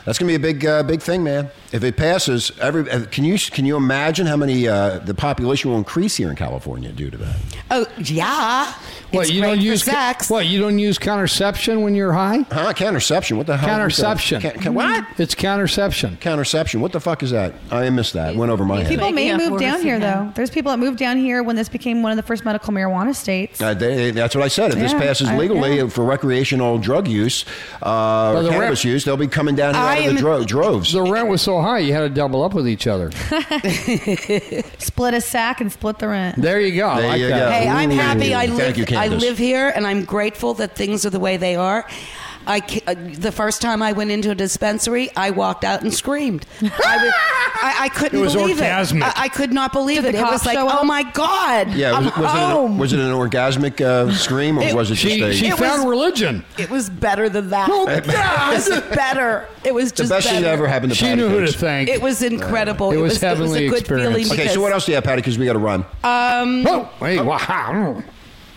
[SPEAKER 3] That's gonna be a big, uh, big thing, man. If it passes, every uh, can you can you imagine how many uh, the population will increase here in California due to that?
[SPEAKER 5] Oh yeah,
[SPEAKER 7] What
[SPEAKER 5] it's
[SPEAKER 7] you
[SPEAKER 5] great
[SPEAKER 7] don't
[SPEAKER 5] for
[SPEAKER 7] use?
[SPEAKER 5] sex.
[SPEAKER 7] What you don't use contraception when you're high?
[SPEAKER 3] Huh? Counterception? What the hell?
[SPEAKER 7] Counterception.
[SPEAKER 3] Ca- ca- what?
[SPEAKER 7] It's counterception.
[SPEAKER 3] Counterception? What the fuck is that? I missed that. Went over my head.
[SPEAKER 8] People may
[SPEAKER 6] Making up
[SPEAKER 8] move down
[SPEAKER 6] words
[SPEAKER 8] here,
[SPEAKER 6] again.
[SPEAKER 8] though. There's people that moved down here when this became one of the first medical marijuana states.
[SPEAKER 3] Uh, they, that's what I said. If this
[SPEAKER 8] Yeah,
[SPEAKER 3] passes
[SPEAKER 8] I-
[SPEAKER 3] legally
[SPEAKER 8] yeah.
[SPEAKER 3] for recreational drug use, uh, or
[SPEAKER 7] the
[SPEAKER 3] cannabis
[SPEAKER 7] rep-
[SPEAKER 3] use, they'll be coming down here out
[SPEAKER 5] I
[SPEAKER 3] of the
[SPEAKER 5] am-
[SPEAKER 3] dro- droves.
[SPEAKER 7] The rent was so high, you had to double up with each other.
[SPEAKER 8] Split a sack and split the rent.
[SPEAKER 7] There you go. I
[SPEAKER 3] There
[SPEAKER 7] like
[SPEAKER 3] you
[SPEAKER 7] that.
[SPEAKER 3] go.
[SPEAKER 5] Hey, I'm
[SPEAKER 3] Ooh.
[SPEAKER 5] happy. I
[SPEAKER 3] Thank
[SPEAKER 5] live.
[SPEAKER 3] you,
[SPEAKER 5] I
[SPEAKER 3] Candace.
[SPEAKER 5] live here, and I'm grateful that things are the way they are. I ca- uh, the first time I went into a dispensary, I walked out and screamed. I, was, I, I couldn't
[SPEAKER 3] It was
[SPEAKER 5] believe
[SPEAKER 3] orgasmic.
[SPEAKER 5] it. I, I could not believe
[SPEAKER 8] Did
[SPEAKER 5] it.
[SPEAKER 8] the
[SPEAKER 5] It
[SPEAKER 8] cops
[SPEAKER 5] was like,
[SPEAKER 8] show
[SPEAKER 5] oh
[SPEAKER 8] up?
[SPEAKER 5] my god,
[SPEAKER 3] Yeah,
[SPEAKER 5] I'm
[SPEAKER 3] was, was, it, an,
[SPEAKER 5] home.
[SPEAKER 3] was it an orgasmic uh, scream or was it just
[SPEAKER 7] She-
[SPEAKER 3] a?
[SPEAKER 7] she
[SPEAKER 5] It found was-
[SPEAKER 7] religion.
[SPEAKER 5] It was better than that. Oh
[SPEAKER 3] God.
[SPEAKER 5] it was better. It was
[SPEAKER 3] The
[SPEAKER 5] just
[SPEAKER 3] best thing
[SPEAKER 5] better.
[SPEAKER 3] that ever happened to
[SPEAKER 7] She
[SPEAKER 3] Patty
[SPEAKER 7] knew who to
[SPEAKER 3] Cakes.
[SPEAKER 7] thank.
[SPEAKER 5] It was incredible.
[SPEAKER 7] It was heavenly
[SPEAKER 5] it was a good
[SPEAKER 7] experience.
[SPEAKER 5] feeling.
[SPEAKER 3] Okay,
[SPEAKER 5] because,
[SPEAKER 3] so what else do you have, Patty? Because we got to run.
[SPEAKER 5] Um,
[SPEAKER 7] Oh, wait, wow.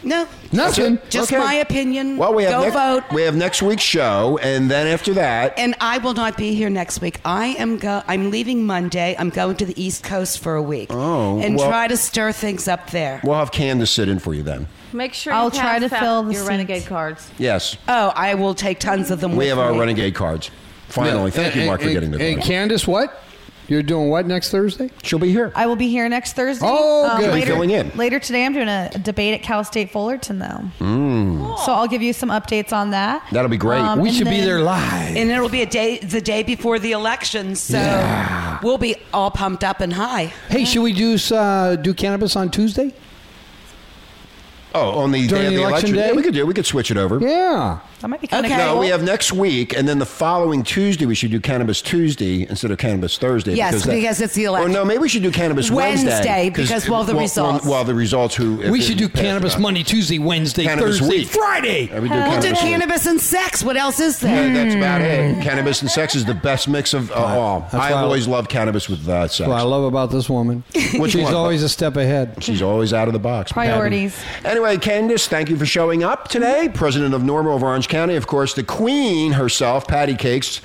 [SPEAKER 5] no,
[SPEAKER 7] Nothing.
[SPEAKER 5] just
[SPEAKER 3] Okay.
[SPEAKER 5] my opinion.
[SPEAKER 3] Well, we have
[SPEAKER 5] go
[SPEAKER 3] next,
[SPEAKER 5] vote.
[SPEAKER 3] we have next week's show, and then after that,
[SPEAKER 5] and I will not be here next week. I am go. I'm leaving Monday. I'm going to the East Coast for a week.
[SPEAKER 3] Oh,
[SPEAKER 5] and
[SPEAKER 3] well-
[SPEAKER 5] try to stir things up there.
[SPEAKER 3] we'll have Candace sit in for you then.
[SPEAKER 6] Make sure
[SPEAKER 9] I'll
[SPEAKER 6] you
[SPEAKER 9] try
[SPEAKER 6] pass
[SPEAKER 9] to
[SPEAKER 6] out
[SPEAKER 9] fill the
[SPEAKER 6] your
[SPEAKER 9] seats.
[SPEAKER 6] renegade cards.
[SPEAKER 3] Yes,
[SPEAKER 5] Oh, I will take tons of them.
[SPEAKER 3] we
[SPEAKER 5] with
[SPEAKER 3] have our
[SPEAKER 5] me.
[SPEAKER 3] renegade cards. Finally, thank you,
[SPEAKER 7] And-
[SPEAKER 3] Mark, for
[SPEAKER 7] and-
[SPEAKER 3] getting the
[SPEAKER 7] And
[SPEAKER 3] cards.
[SPEAKER 7] Candace, what? You're doing what next Thursday?
[SPEAKER 3] She'll be here.
[SPEAKER 8] I will be here next Thursday. Um,
[SPEAKER 7] Oh, good. You'll be
[SPEAKER 8] Later,
[SPEAKER 3] filling in.
[SPEAKER 8] later today, I'm doing a debate at Cal State Fullerton, though. So I'll give you some updates on that.
[SPEAKER 3] That'll be great.
[SPEAKER 8] Um,
[SPEAKER 7] We
[SPEAKER 8] and
[SPEAKER 7] should be
[SPEAKER 8] then-
[SPEAKER 7] there live.
[SPEAKER 5] And it'll be a day, the day before the election, so we'll be all pumped up and high.
[SPEAKER 7] hey, should we do uh, do cannabis on Tuesday?
[SPEAKER 3] oh, on the
[SPEAKER 7] During
[SPEAKER 3] day of
[SPEAKER 7] the
[SPEAKER 3] the
[SPEAKER 7] election
[SPEAKER 3] election,
[SPEAKER 7] day?
[SPEAKER 3] Yeah, we could do. We could switch it over.
[SPEAKER 7] Yeah.
[SPEAKER 8] That might be kind
[SPEAKER 5] Okay.
[SPEAKER 8] of
[SPEAKER 3] No,
[SPEAKER 8] cool.
[SPEAKER 3] we have next week, and then the following Tuesday we should do cannabis Tuesday instead of cannabis Thursday.
[SPEAKER 5] Yes, because it's the election.
[SPEAKER 3] Or Oh, no, maybe we should do cannabis Wednesday,
[SPEAKER 5] Wednesday, because, well, the results.
[SPEAKER 3] Well, the results. Who if
[SPEAKER 7] we
[SPEAKER 3] it
[SPEAKER 7] should do
[SPEAKER 3] passed or
[SPEAKER 7] cannabis
[SPEAKER 3] not.
[SPEAKER 7] Monday, Tuesday, Wednesday,
[SPEAKER 3] Cannabis
[SPEAKER 7] Thursday,
[SPEAKER 3] week.
[SPEAKER 7] Friday.
[SPEAKER 3] Yeah, we do
[SPEAKER 5] We'll do
[SPEAKER 3] cannabis week.
[SPEAKER 5] cannabis and sex. What else is there?
[SPEAKER 3] Yeah, that's about it. Cannabis and sex is the best mix of uh, all.
[SPEAKER 7] That's
[SPEAKER 3] I
[SPEAKER 7] why I-
[SPEAKER 3] always love cannabis with uh, sex.
[SPEAKER 7] What I love about this woman.
[SPEAKER 3] Which
[SPEAKER 7] She's
[SPEAKER 3] one?
[SPEAKER 7] always a step ahead.
[SPEAKER 3] She's always out of the box.
[SPEAKER 8] Priorities.
[SPEAKER 3] Anyway, Candace, thank you for showing up today. President of Normal of Orange County, of course, the Queen herself, Patty Cakes,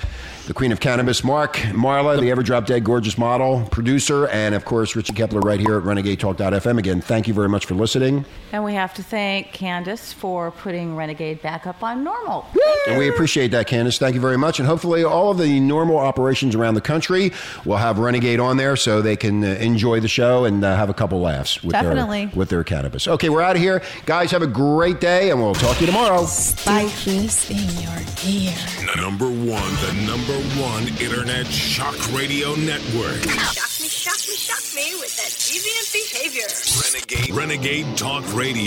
[SPEAKER 3] the Queen of Cannabis, Mark Marla, the ever drop dead gorgeous model, producer, and of course, Richie Kepler right here at RenegadeTalk.fm. Again, thank you very much for listening.
[SPEAKER 6] And we have to thank Candace for putting Renegade back up on normal.
[SPEAKER 3] And we appreciate that, Candace. Thank you very much. And hopefully, all of the normal operations around the country will have Renegade on there so they can uh, enjoy the show and uh, have a couple laughs with,
[SPEAKER 8] Definitely.
[SPEAKER 3] Their, with their cannabis. Okay, we're out of here. Guys, have a great day, and we'll talk to you tomorrow.
[SPEAKER 4] Bye. This in your ear.
[SPEAKER 1] Number one, the number one internet shock radio network.
[SPEAKER 11] Shock me, shock me, shock me with that deviant behavior.
[SPEAKER 1] Renegade, Renegade Talk Radio.